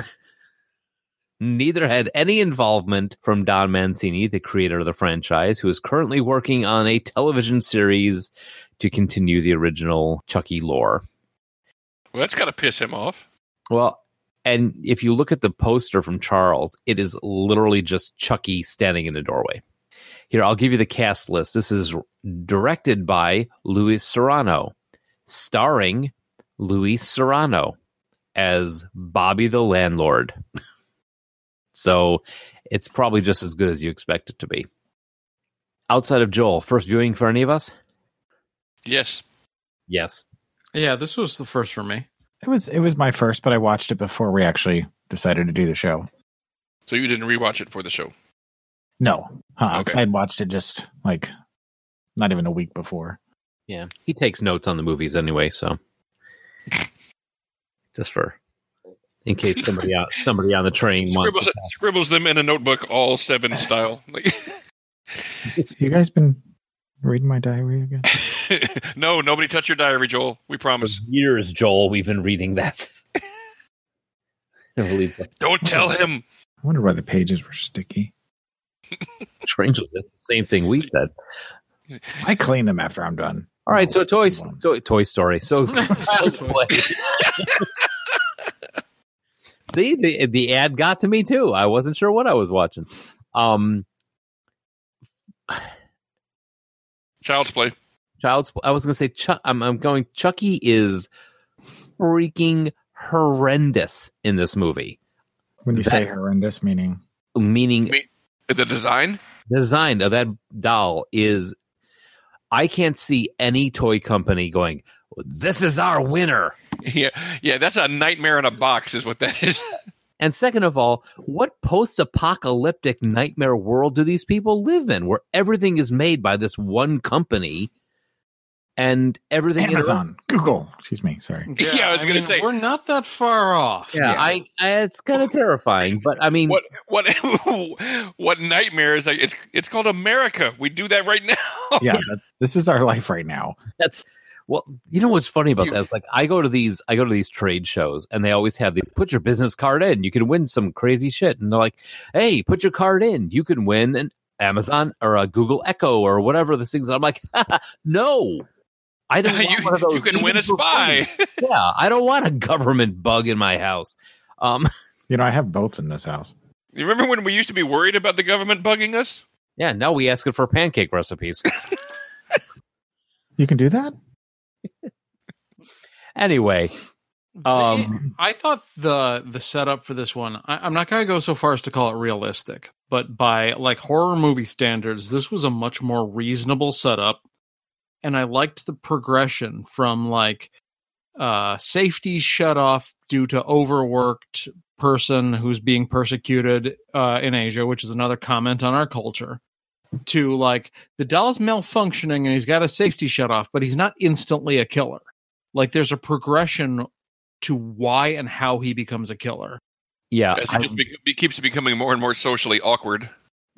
Neither had any involvement from Don Mancini, the creator of the franchise, who is currently working on a television series to continue the original Chucky lore.
Well, that's got to piss him off.
Well, and if you look at the poster from Charles, it is literally just Chucky standing in a doorway. Here, I'll give you the cast list. This is directed by Luis Serrano, starring Luis Serrano as Bobby the landlord. <laughs> so it's probably just as good as you expect it to be. Outside of Joel, first viewing for any of us?
Yes.
Yes.
Yeah, this was the first for me.
It was it was my first, but I watched it before we actually decided to do the show.
So you didn't rewatch it for the show.
No, huh, 'cause
Okay.
I had watched it just like not even a week before.
Yeah, he takes notes on the movies anyway, so just for in case somebody out somebody on the train wants.
Scribbles,
To,
scribbles them in a notebook, all seven style. Like, <laughs>
You guys been reading my diary again?
no, nobody touch your diary, Joel. We
for
promise.
years, Joel, we've been reading that. <laughs> I believe the
Don't tell him.
I wonder why the pages were sticky.
trains. That's the same thing we said.
I clean them after I'm done.
All right, so Toy
One.
Toy, toy Story. So <laughs> see the the ad got to me too. I wasn't sure what I was watching. Um,
Child's play.
Child's. I was gonna say. Chuck, I'm, I'm going. Chucky is freaking horrendous in this movie.
When you
That-
say horrendous, meaning
Meaning,
Me- The design.
the design of that doll is. I can't see any toy company going. This is our winner.
Yeah, yeah. That's a nightmare in a box, is what that is. <laughs>
And second of all, what post-apocalyptic nightmare world do these people live in, where everything is made by this one company, and everything
Amazon, Google. Excuse me. Sorry.
<laughs> Yeah, I was gonna say-
we're not that far off.
Yeah, I, I. It's kind of terrifying, but I mean,
What what <laughs> what nightmare is like? It's it's called America. We do that right
Oh,
now.
Yeah, that's this is our life right now.
That's well, you know what's funny about
You-
that is like I go to these I go to these trade shows and they always have the put your business card in, you can win some crazy shit. And they're like, Hey, put your card in, you can win an Amazon or a Google Echo or whatever the things. I'm like, <laughs> no. I don't want one of
<laughs> you, you
those.
can win
even
a
for
spy.
free. Yeah, I don't want a government bug in my house. Um, <laughs>
You know, I have both in this house.
<laughs> You remember when we used to be worried about the government bugging us?
yeah, now we ask it for pancake recipes.
You can do that.
Anyway, um,
I thought the the setup for this one. I, I'm not gonna go so far as to call it realistic, but by like horror movie standards, this was a much more reasonable setup, and I liked the progression from like uh, safety shut off due to overworked person who's being persecuted uh, in Asia, which is another comment on our culture. To like the doll's malfunctioning and he's got a safety shut off, but he's not instantly a killer. Like there's a progression to why and how he becomes a killer.
yeah,
As it just be, be- keeps becoming more and more socially awkward.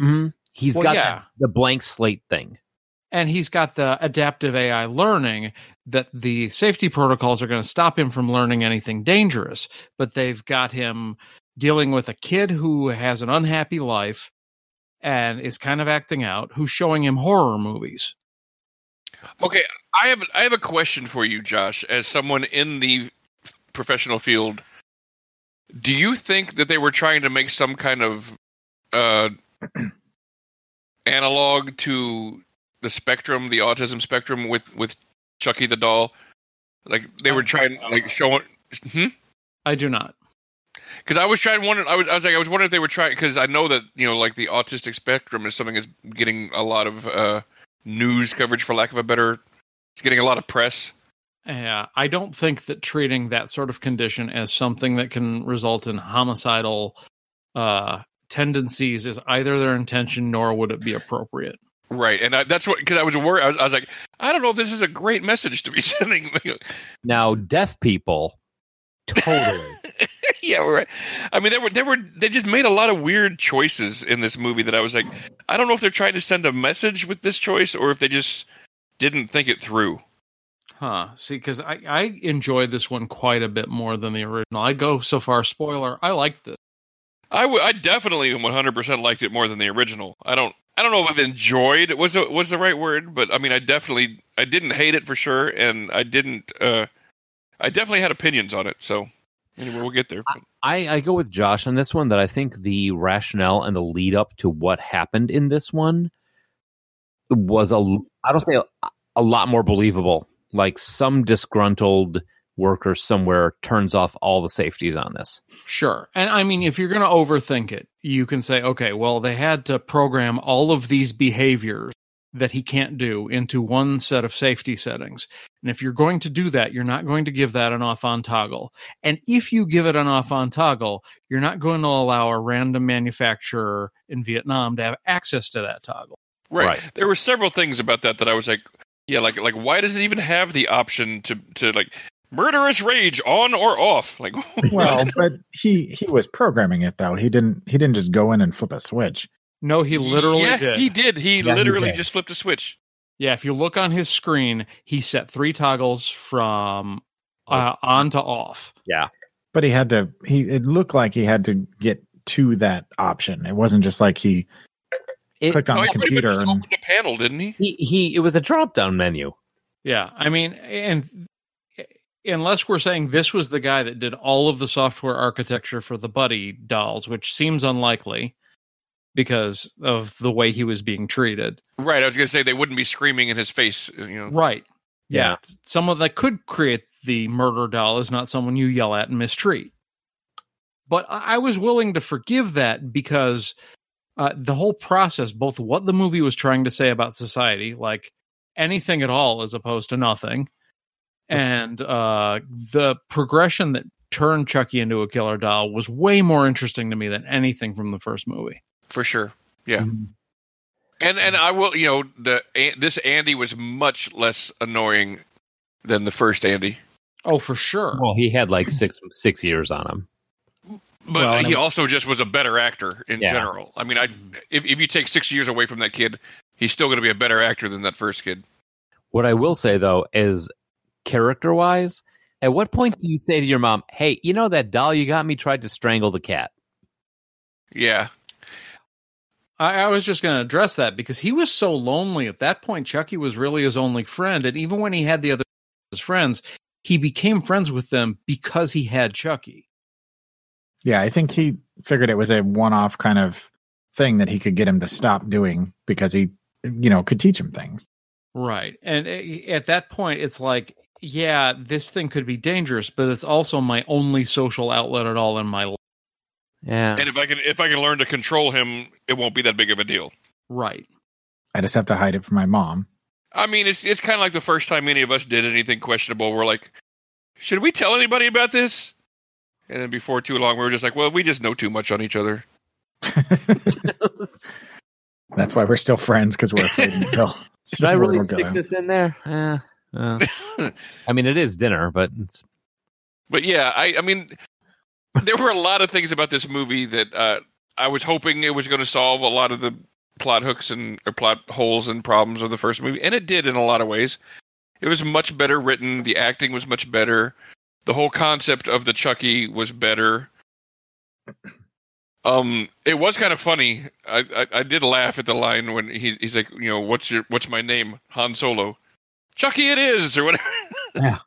mhm. He's
Well,
got
yeah.
that- the blank slate thing.
And he's got the adaptive AI learning that the safety protocols are going to stop him from learning anything dangerous. But they've got him dealing with a kid who has an unhappy life and is kind of acting out, who's showing him horror movies.
Okay, I have I have a question for you, Josh. As someone in the professional field, do you think that they were trying to make some kind of uh, <clears throat> analog to the spectrum, the autism spectrum, with with Chucky the doll? Like they were trying, like showing. Hmm?
I do not.
because I was trying wondering I was I was like I was wondering if they were trying because I know that you know like the autistic spectrum is something that's getting a lot of uh, news coverage for lack of a better it's getting a lot of press.
Yeah, Uh, I don't think that treating that sort of condition as something that can result in homicidal uh, tendencies is either their intention nor would it be appropriate.
Right, and I, that's what because I was worried. I was, I was like, I don't know if this is a great message to be <laughs> sending.
Now, deaf people, totally.
yeah, right. I mean, they were they were they just made a lot of weird choices in this movie that I was like, I don't know if they're trying to send a message with this choice or if they just didn't think it through.
Huh. See, because I, I enjoyed this one quite a bit more than the original. I go so far, spoiler, I liked this.
I, w- I definitely 100% liked it more than the original. I don't I don't know if I've enjoyed was the, was the right word, but I mean I definitely I didn't hate it for sure, and I didn't uh I definitely had opinions on it. So anyway, we'll get there.
I, I go with Josh on this one that I think the rationale and the lead up to what happened in this one was a I don't say a, a lot more believable. Like some disgruntled worker somewhere turns off all the safeties on this.
Sure. And I mean, if you're going to overthink it, you can say, okay, well, they had to program all of these behaviors that he can't do into one set of safety settings. And if you're going to do that, you're not going to give that an off on toggle. And if you give it an off on toggle, you're not going to allow a random manufacturer in Vietnam to have access to that toggle.
Right. There were several things about that that I was like, yeah, like like why does it even have the option to to like murderous rage on or off? Like <laughs>
<laughs>
Well, but he he was programming it though. He didn't he didn't just go in and flip a switch.
No, he literally
yeah,
did.
He did. He
Yeah, he
literally
did.
just flipped a switch.
Yeah, if you look on his screen, he set three toggles from uh, on to off.
But he had to he it looked like he had to get to that option. It wasn't just like he
It-
clicked on
Oh,
the
he pretty much
computer
just
and
opened the panel, didn't he?
He he it was a drop down menu.
Yeah, I mean, and unless we're saying this was the guy that did all of the software architecture for the Buddy dolls, which seems unlikely because of the way he was being treated.
Right. I was gonna say they wouldn't be screaming in his face. You know.
Right. Yeah. Someone that could create the murder doll is not someone you yell at and mistreat. But I I was willing to forgive that because uh, the whole process, both what the movie was trying to say about society, like anything at all as opposed to nothing, and uh, the progression that turned Chucky into a killer doll was way more interesting to me than anything from the first movie.
For sure. Yeah. And and I will, you know, the a- this Andy was much less annoying than the first Andy,
Oh, for sure.
Well, he had like six six years on him.
but
Well, and
he
I'm-
also just was a better actor in
Yeah.
general. I mean, I if if you take six years away from that kid, he's still going to be a better actor than that first kid.
What I will say though is character wise, at what point do you say to your mom, "Hey, you know that doll you got me tried to strangle the cat"?
Yeah.
I, I was just going to address that because he was so lonely at that point. Chucky was really his only friend, and even when he had the other his friends, he became friends with them because he had Chucky.
Yeah, I think he figured it was a one-off kind of thing that he could get him to stop doing because he, you know, could teach him things.
Right, and a- at that point, it's like, yeah, this thing could be dangerous, but it's also my only social outlet at all in my life.
Yeah.
And if I can if I can learn to control him, it won't be that big of a deal.
Right.
I just have to hide it from my mom.
I mean, it's it's kind of like the first time any of us did anything questionable. We're like, should we tell anybody about this? And then before too long, we were just like, well, we just know too much on each other.
<laughs> That's why we're still friends because we're afraid of Bill.
<laughs> Should I really
We'll go
stick
there.
this in there? Eh, uh, I mean, it is dinner, but it's,
But yeah, I, I mean, there were a lot of things about this movie that uh, I was hoping it was going to solve a lot of the plot hooks and or plot holes and problems of the first movie, and it did in a lot of ways. It was much better written. The acting was much better. The whole concept of the Chucky was better. Um, it was kind of funny. I, I I did laugh at the line when he he's like, you know, what's your what's my name, Han Solo, Chucky it is or whatever. <laughs>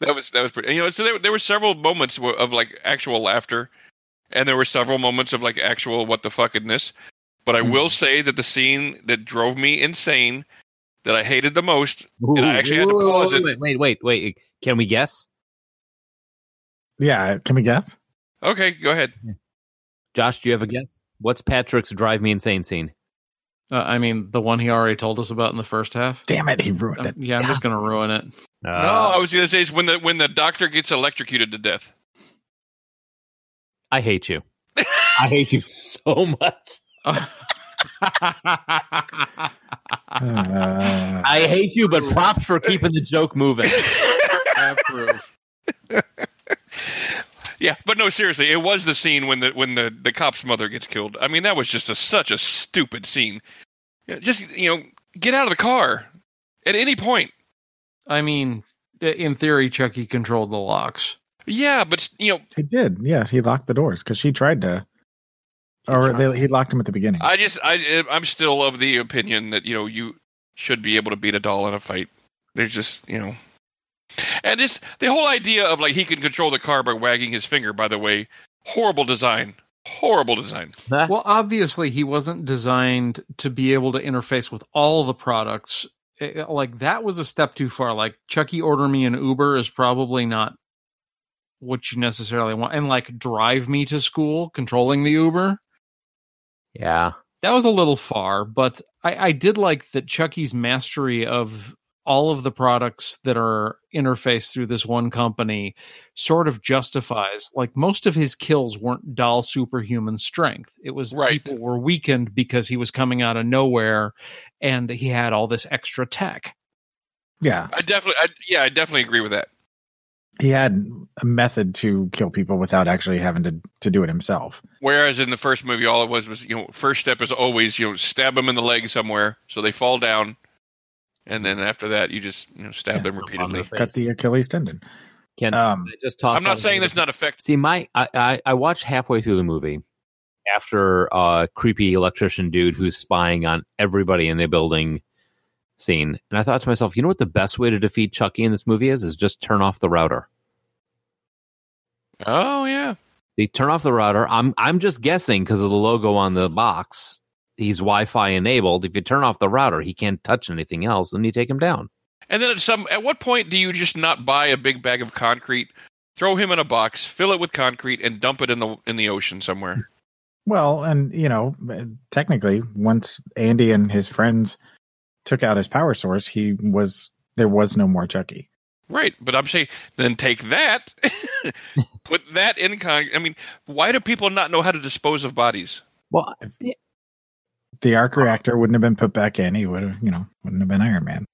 That was that was pretty. You know, so there there were several moments wa- of like actual laughter, and there were several moments of like actual what the fuckedness. But I will say that the scene that drove me insane, that I hated the most, And I actually had to pause
wait,
it.
Wait, wait, wait, wait. Can we guess?
Yeah, can we guess?
Okay, go ahead.
Josh, do you have a guess? What's Patrick's drive me insane scene?
Uh, I mean, the one he already told us about in the first half.
Damn it, he ruined
<laughs>
Um,
it.
yeah, I'm just gonna ruin it.
Uh,
no, I was gonna say it's when the when the doctor gets electrocuted to death.
I hate
<laughs>
you. I hate you so much.
Uh,
I hate you, but props for keeping the joke
<laughs>
moving.
I approve.
yeah, but no, seriously, it was the scene when the when the the cop's mother gets killed. I mean, that was just a, such a stupid scene. Yeah, Just you know, get out of the car at any point.
<laughs> I mean, i- in theory, Chucky controlled the locks.
Yeah, but you know,
he did. Yeah, he locked the doors because she tried to. Or they, he locked him at the beginning.
I just I I'm still of the opinion that you know you should be able to beat a doll in a fight. There's just you know, and this the whole idea of like he can control the car by wagging his finger. By the way, horrible design, horrible design.
Well, obviously, he wasn't designed to be able to interface with all the products. Eh, Like that was a step too far. Like Chucky order me an Uber is probably not what you necessarily want. And like drive me to school, controlling the Uber.
Yeah.
That was a little far, but I, I did like that Chucky's mastery of all of the products that are interfaced through this one company sort of justifies like most of his kills weren't doll superhuman strength. It was
Right.
people were weakened because he was coming out of nowhere and he had all this extra tech.
yeah,
I definitely, I, yeah, I definitely agree with that.
he had a method to kill people without actually having to to do it himself.
Whereas in the first movie, all it was was you know, first step is always you know stab them in the leg somewhere so they fall down, and then after that you just you know stab
Yeah.
them repeatedly.
Cut the Achilles tendon.
Can
Um,
I just talk
Uh, I'm not saying that's not effective.
See, my I, I, I watched halfway through the movie after uh, creepy electrician dude who's spying on everybody in the building scene, and I thought to myself, you know what the best way to defeat Chucky in this movie is? Is just turn off the router.
Oh yeah,
They turn off the router. I'm I'm just guessing because of the logo on the box. He's Wi-Fi enabled. If you turn off the router, he can't touch anything else, and you take him down.
And then at some at what point do you just not buy a big bag of concrete, throw him in a box, fill it with concrete, and dump it in the in the ocean somewhere?
Well, and you know, technically, once Andy and his friends took out his power source, he was there was no more Chucky.
Right, but I'm saying then take that, <laughs> put that in concrete. I mean, why do people not know how to dispose of bodies?
Well,
The arc reactor wouldn't have been put back in. He would have, you know, wouldn't have been Iron Man.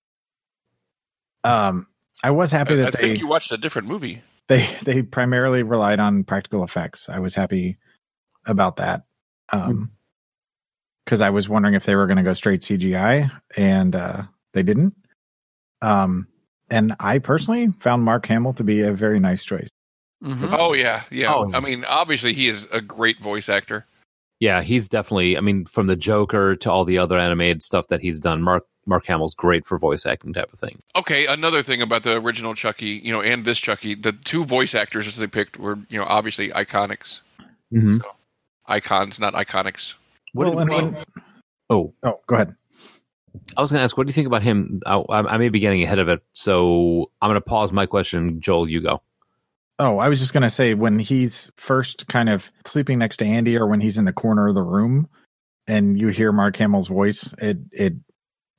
Um, I was happy
I, I
that they
think you watched a different movie.
they they primarily relied on practical effects. I was happy about that. Um, because I was wondering if they were going to go straight CGI, and uh, they didn't. Um, and I personally found Mark Hamill to be a very nice choice. Hmm?
Oh yeah, yeah.
Oh.
I mean, obviously he is a great voice actor.
Yeah, he's definitely. I mean, from the Joker to all the other animated stuff that he's done, Mark Mark Hamill's great for voice acting type of thing.
Okay, another thing about the original Chucky, you know, and this Chucky, the two voice actors that they picked were, you know, obviously iconics,
Mm-hmm.
icons, not iconics.
What
Well, and
did we-
when-
oh,
oh, go ahead.
I was going to ask, what do you think about him? I, I I may be getting ahead of it, so I'm going to pause my question. Joel, you go.
Oh, I was just gonna say when he's first kind of sleeping next to Andy, or when he's in the corner of the room, and you hear Mark Hamill's voice, it it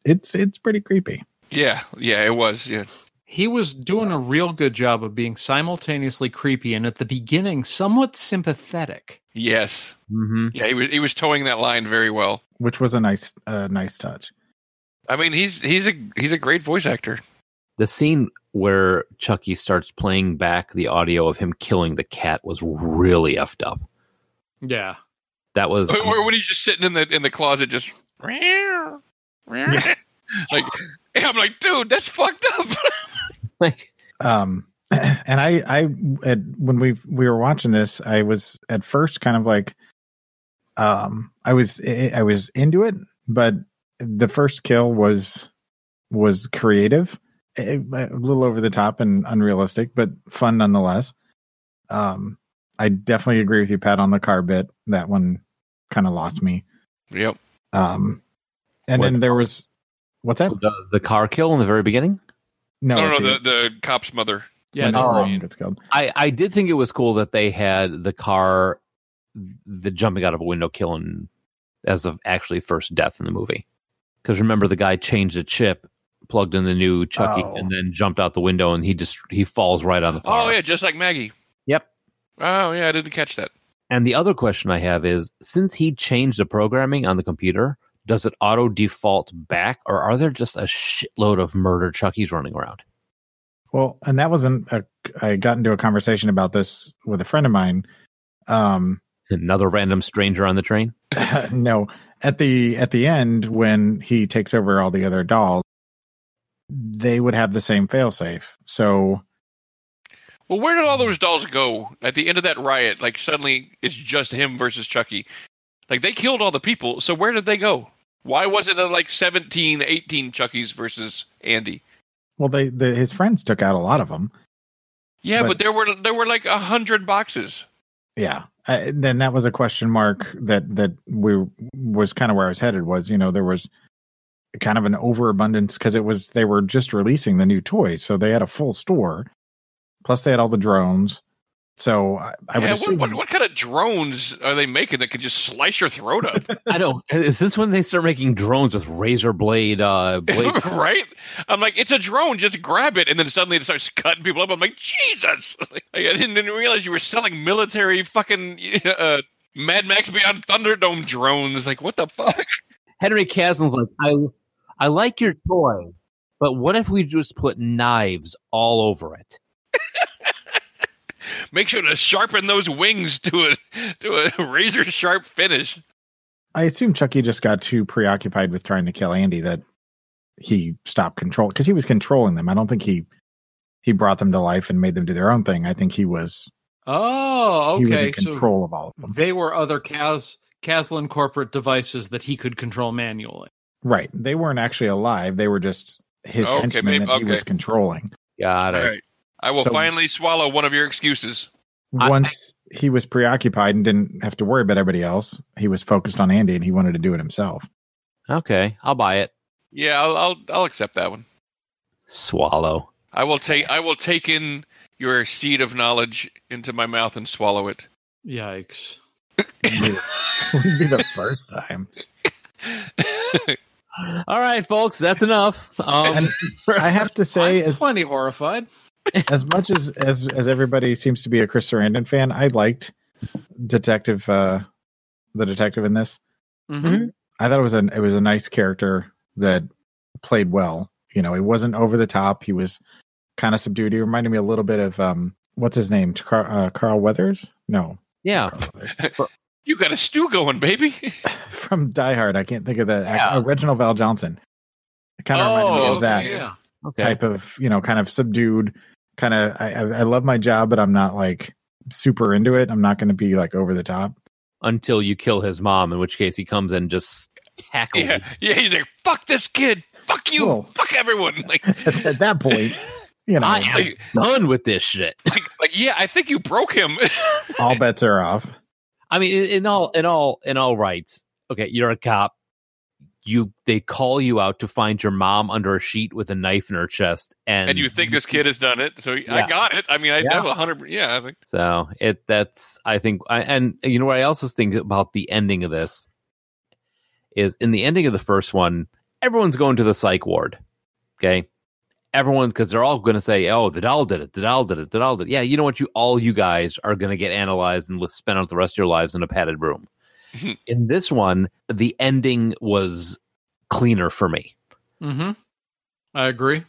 it's it's pretty creepy.
Yeah, yeah, it was. Yeah,
He was doing a real good job of being simultaneously creepy and at the beginning somewhat sympathetic.
yes.
Mm-hmm.
Yeah, he was he was towing that line very well.
which was a nice uh, nice touch.
I mean, he's he's a he's a great voice actor.
The scene where Chucky starts playing back the audio of him killing the cat was really effed up.
Yeah.
That was
Or when he's just sitting in the in the closet, just "Meow, meow." <laughs> like <laughs> and I'm like, dude, that's fucked up. <laughs>
like,
Um, <clears throat> and I, I, at, when we we were watching this, I was at first kind of like, um, I was I I was into it, but the first kill was was creative, a, a little over the top and unrealistic, but fun nonetheless. Um, I definitely agree with you, Pat, on the car bit. That one kind of lost me.
yep.
Um, and
What?
then there was what's that?
the, the car kill in the very beginning.
No,
No, no,
at the-
the the cop's mother.
Yeah,
Windows
no.
Green, it's called.
I, I did think it was cool that they had the car, the jumping out of a window killing as the actually first death in the movie. Because remember, the guy changed a chip, plugged in the new Chucky,
Oh.
and then jumped out the window, and he just he falls right on the car.
Uh,
Oh yeah, just like Maggie.
Yep.
Oh yeah, I didn't catch that.
And the other question I have is, since he changed the programming on the computer, does it auto default back, or are there just a shitload of murder Chuckies running around? <laughs>
Well, and that wasn't. A, I got into a conversation about this with a friend of mine. Um, <laughs>
Another random stranger on the train.
no, at the at the end when he takes over all the other dolls, they would have the same failsafe. So
Well, where did all those dolls go at the end of that riot? Like suddenly, it's just him versus Chucky. Like they killed all the people, so where did they go? Why wasn't there like 17, 18 Chuckies versus Andy?
Well, they the, his friends took out a lot of them.
Yeah, but,
But-
there were there were like a hundred boxes.
Yeah. I, then that was a question mark that that we was kind of where I was headed was you know there was kind of an overabundance because it was they were just releasing the new toys so they had a full store, plus they had all the drones. So I, I would
yeah,
assume
what, what, what kind of drones are they making that could just slice your throat up?
I don't. Is this when they start making drones with razor blade? Uh,
<laughs>
blade.
<laughs> right? I'm like, it's a drone. Just grab it, and then suddenly it starts cutting people up. I'm like, Jesus! <laughs> Like, I didn't, didn't realize you were selling military fucking <laughs> uh, Mad Max Beyond Thunderdome drones. Like, what the fuck? <laughs>
Henry Caslin's like, I, I like your toy, but what if we just put knives all over it?
Make sure to sharpen those wings to a to a <laughs> razor sharp finish.
I assume Chucky just got too preoccupied with trying to kill Andy that he stopped control because he was controlling them. I don't think he he brought them to life and made them do their own thing. I think he was
Oh,
he was
okay.
in
So
control of all of them.
they were other Cas Caslin corporate devices that he could control manually.
Right. They weren't actually alive. They were just his
Okay,
henchmen
maybe-
that he was
okay.
controlling.
Got
All right, I will
So-
finally swallow one of your excuses.
I-
Once he was preoccupied and didn't have to worry about everybody else, he was focused on Andy and he wanted to do it himself.
Okay, I'll buy it.
Yeah, I'll I'll, I'll accept that one.
Swallow.
I will take I will take in your seed of knowledge into my mouth and swallow it. <laughs>
Yikes.
<laughs> It wouldn't be the first time.
All right, folks, that's enough. Um,
And I have to say,
I'm
as
plenty horrified.
as much as as as everybody seems to be a Chris Sarandon fan, I liked Detective uh the detective in this.
Mm-hmm.
Mhm.
I thought it was an it was a nice character that played well. You know, he wasn't over the top. He was kind of subdued. He reminded me a little bit of um what's his name? Car- uh, Carl Weathers? No.
Oh.
yeah,
Carl Weathers. <laughs>
you got a stew going, baby. <laughs>
From Die Hard. I can't think of the act-
Yeah.
uh, Reginald Val Johnson. It kind of reminded me
Oh,
of that
okay.
Yeah.
okay.
type of, you know, kind of subdued kind of I, I I love my job but I'm not like super into it. I'm not going to be like over the top. <laughs>
Until you kill his mom, in which case he comes and just tackles.
Yeah,
you.
yeah. He's like, "Fuck this kid, fuck you,
Cool.
fuck everyone." <laughs>
<laughs>
Like,
At, at
<laughs>
that point, you know,
I
<laughs>
am
like,
done with this shit.
like, like, yeah, I think you broke him. <laughs>
all bets are off.
I mean, in, in all, in all, in all rights. Okay, you're a cop. You they call you out to find your mom under a sheet with a knife in her chest, and,
and you think this kid has done it? So
Yeah.
I got it. I mean, I
Yeah.
have a hundred. Yeah, I think.
So it that's I think I, and you know what I also think about the ending of this is in the ending of the first one, everyone's going to the psych ward. Okay. Everyone because they're all gonna say, Oh, the doll did it, the doll did it, the doll did it. Yeah, you know what? You all you guys are gonna get analyzed and li- spend out the rest of your lives in a padded room. in this one, the ending was cleaner for me
Mm-hmm. I agree.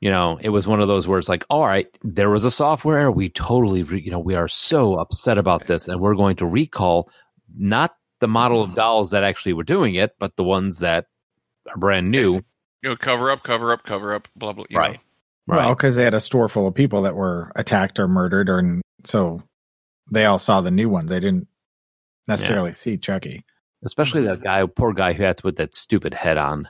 you know it was one of those where it's like all right there was a software error. we totally re- you know we are so upset about this and we're going to recall not the model of dolls that actually were doing it but the ones that are brand new
You know, cover up, cover up, cover up, blah blah. you
Right.
know.
right
Well, 'cause Well, because they had a store full of people that were attacked or murdered, or and so they all saw the new one. They didn't necessarily see Chucky.
especially that guy poor guy who had to put that stupid head on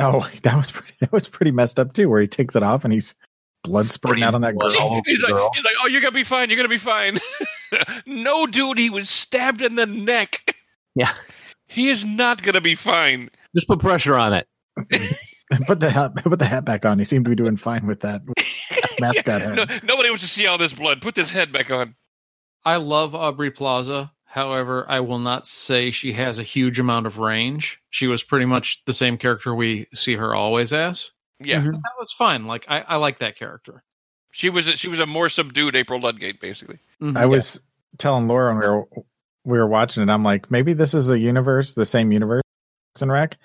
Oh, <laughs> that was pretty, that was pretty messed up too, where he takes it off and he's blood spurting out on that
Blood
<laughs> girl.
all over
<laughs> He's
the
like,
girl.
he's like, "Oh, you're gonna be fine. You're gonna be fine." <laughs> no, dude, he was stabbed in the neck.
Yeah.
He is not gonna be
<laughs>
fine.
just put pressure on it
put the hat put the hat back on. He seemed to be doing fine with that.
<laughs>
mascot
No,
head.
nobody wants to see all this blood. Put this head back on.
I love Aubrey Plaza. However, I will not say she has a huge amount of range. She was pretty much the same character we see her always as.
Yeah,
Mhm.
But that was fine. Like I, I like that character.
she was a, she was a more subdued April Ludgate, basically.
Mhm.
I was telling Laura when we were we were watching it, I'm like, maybe this is a universe, the same universe, Parks and Rec,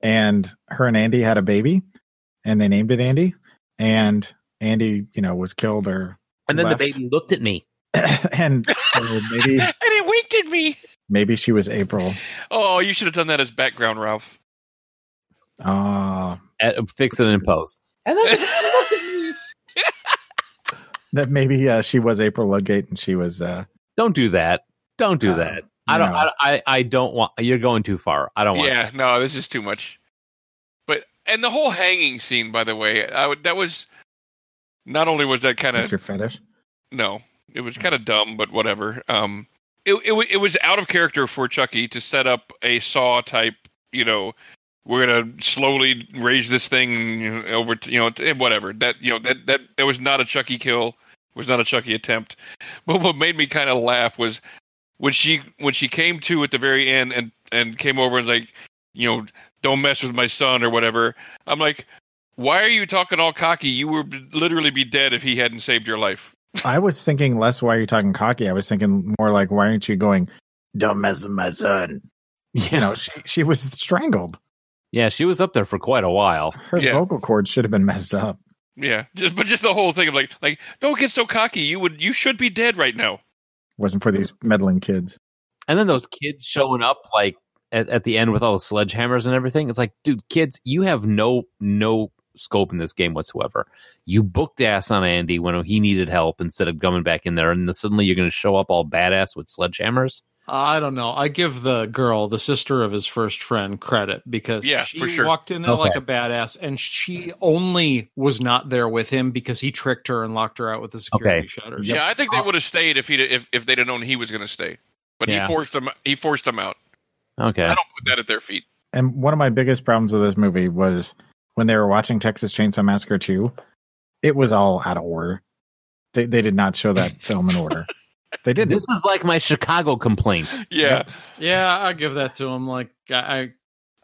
and her and Andy had a baby, and they named it Andy, and Andy, you know, was killed or, <coughs>
And then
Left.
the baby looked at me.
and so maybe
<laughs> and it winked at me.
maybe she was April.
Oh, you should have done that as background, Ralph.
Ah,
At, uh, fix it in post. And then
that maybe uh, she was April Ludgate and she was uh,
don't do that. Don't do
Uh,
that. I don't.
no.
I, I. I don't want. You're going too far. I don't want. <laughs>
yeah, no, this is too much. But and the whole hanging scene, by the way, I would, that was not only was that kind
what's
of
your fetish?
no, it was kind of dumb, but whatever. Um, it it wa- it was out of character for Chucky to set up a saw type, you know. We're gonna slowly raise this thing over, to, you know, t- whatever. That you know that that that was not a Chucky kill, was not a Chucky attempt. But what made me kind of laugh was when she when she came to at the very end and and came over and was like, you know, don't mess with my son or whatever. I'm like, why are you talking all cocky? You would literally be dead if he hadn't saved your life.
I was thinking less why are you talking cocky? I was thinking more like why aren't you going, Don't mess with my son. You know, she she was strangled.
Yeah, she was up there for quite a while.
Her
Yeah.
vocal cords should have been messed up.
Yeah, just but just the whole thing of like like don't get so cocky. You would you should be dead right now.
Wasn't for these meddling kids.
And then those kids showing up like at, at the end with all the sledgehammers and everything. It's like, dude, kids, you have no no scope in this game whatsoever. You booked ass on Andy when he needed help instead of coming back in there, and then suddenly you're going to show up all badass with sledgehammers.
I don't know. I give the girl, the sister of his first friend, credit because
Yeah,
she
for sure.
walked in there
Okay.
like a badass, and she only was not there with him because he tricked her and locked her out with the security
Okay.
shutters.
Yeah, I think they would have stayed if he if if they'd have known he was going to stay. But
Yeah.
he forced them. He forced them out.
Okay,
I don't put that at their feet.
and one of my biggest problems with this movie was when they were watching Texas Chainsaw Massacre 2, it was all out of order. They they did not show that film in order. They didn't.
this is like my Chicago complaint.
Yeah,
Yeah, I give that to him. Like I, I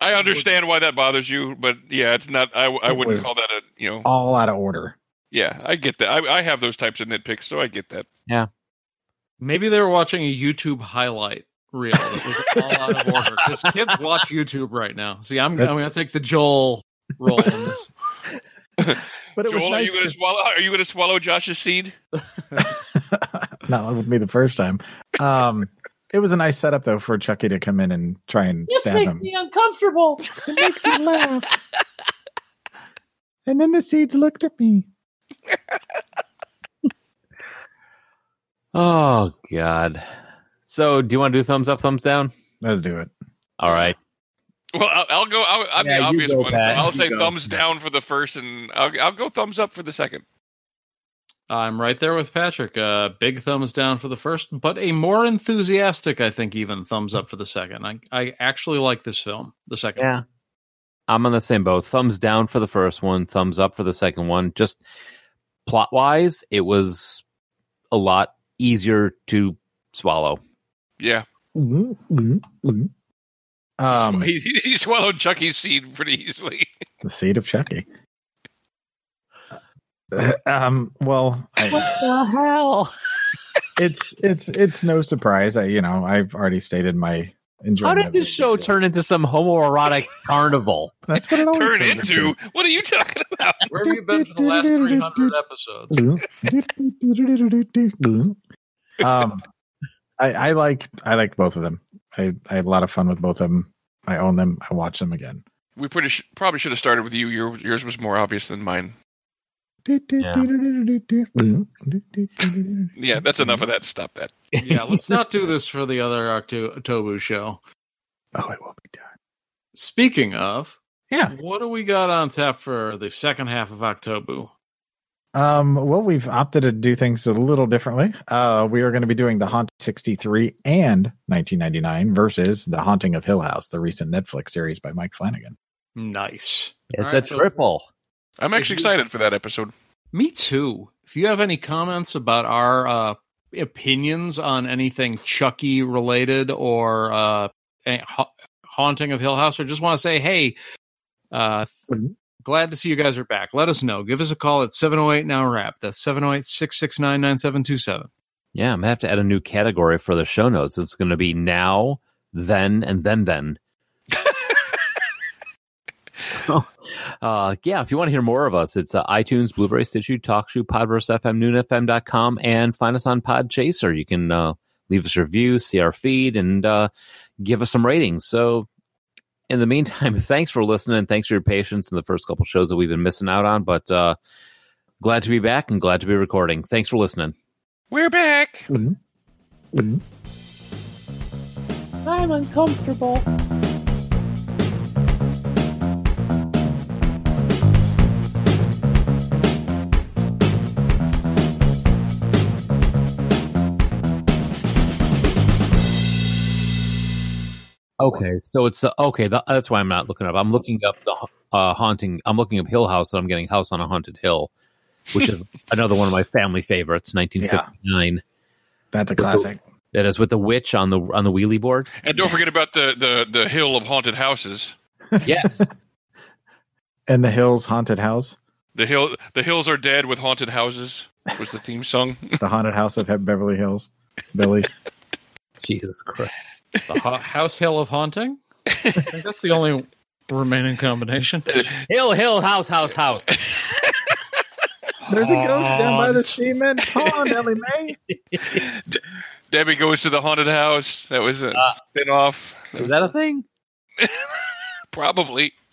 I understand why that bothers you, but yeah, it's not. I I
It
wouldn't
was-
call that a you know.
all out of order.
Yeah, I get that. I I have those types of nitpicks, so I get that.
maybe they were watching a YouTube highlight reel that was all out of order because kids watch YouTube right now. See, I'm I'm
That's-
gonna take the Joel role in this.
But it
Joel,
was
are
nice
you going to
'cause-
swallow? Are you going to swallow Josh's seed?
no, it would be the first time. Um, it was a nice setup though for Chucky to come in and try and stab him.
uncomfortable.
It makes me laugh. <laughs> and then the seeds looked at me.
Oh God. So, do you want to do thumbs up, thumbs down?
Let's do it.
All right.
Well, I'll, I'll go. I'll, I'm
Yeah,
the
you
obvious
go,
one.
Pat.
I'll
You
say
go.
thumbs down for the first, and I'll I'll go thumbs up for the second.
I'm right there with Patrick. Uh, big thumbs down for the first, but a more enthusiastic, I think, even thumbs up for the second. I, I actually like this film, the second.
Yeah. I'm on the same boat. Thumbs down for the first one, thumbs up for the second one. Just plot wise, it was a lot easier to swallow.
Yeah.
Um,
he, he, he swallowed Chucky's seed pretty easily.
the seed of Chucky. Uh, um, well, I,
the hell?
it's it's it's no surprise. I you know I've already stated my
How
enjoyment.
did
of
this
it.
show turn into some homoerotic carnival?
That's what it always
Turn
turns
into what are you talking about?
Where have you been for the last 300 episodes?
<laughs> um, I, I like I like both of them. I, I had a lot of fun with both of them. I own them. I watch them again.
We pretty sh- probably should have started with you. Your, yours was more obvious than mine. Yeah, that's enough of that. Stop that.
Yeah, let's not do this for the other Octo- Tobu show.
Oh, it will be done.
Speaking of,
Yeah.
what do we got on tap for the second half of Octobu?
Um, well, we've opted to do things a little differently. Uh, we are going to be doing The Haunt 63 and 1999 versus The Haunting of Hill House, the recent Netflix series by Mike Flanagan.
Nice.
It's
All right,
a
so-
triple.
I'm actually excited for that episode.
Me too. If you have any comments about our uh, opinions on anything Chucky related or uh, a- ha- Haunting of Hill House, or just want to say, hey, uh,
Mhm.
glad to see you guys are back. Let us know. Give us a call at 708 Now Rap. That's 708 669 9727.
Yeah, I'm gonna have to add a new category for the show notes. It's gonna be now, then, and then then. so, uh, yeah, if you want to hear more of us, it's uh, iTunes, Blueberry, Stitcher, TalkShoe, Podverse FM, NoonFM.com, and find us on PodChaser. You can uh, leave us a review, see our feed, and uh, give us some ratings. So, in the meantime, <laughs> thanks for listening. Thanks for your patience in the first couple shows that we've been missing out on, but uh, glad to be back and glad to be recording. Thanks for listening.
We're back.
I'm uncomfortable. Okay, so it's the okay. The, that's why I'm not looking up. I'm looking up the uh, haunting. I'm looking up Hill House, and I'm getting House on a Haunted Hill, which is another one of my family favorites, 1959.
That's a classic.
That is with the witch on the on the wheelie board.
And don't forget about the, the, the hill of haunted houses.
Yes.
And the Hills Haunted House,
The hill the hills are dead with haunted houses was the theme song. <laughs>
the haunted house of Beverly Hills, Billy's.
Jesus Christ.
The ho- House Hill of Haunting? I think that's the only remaining combination.
Hill, hill, house, house, house.
There's a ghost down by the
Haunt.
sea, man. Come on, Ellie Mae.
Debbie goes to the haunted house. That was a
Ah.
spin off.
Is that a thing?
Probably.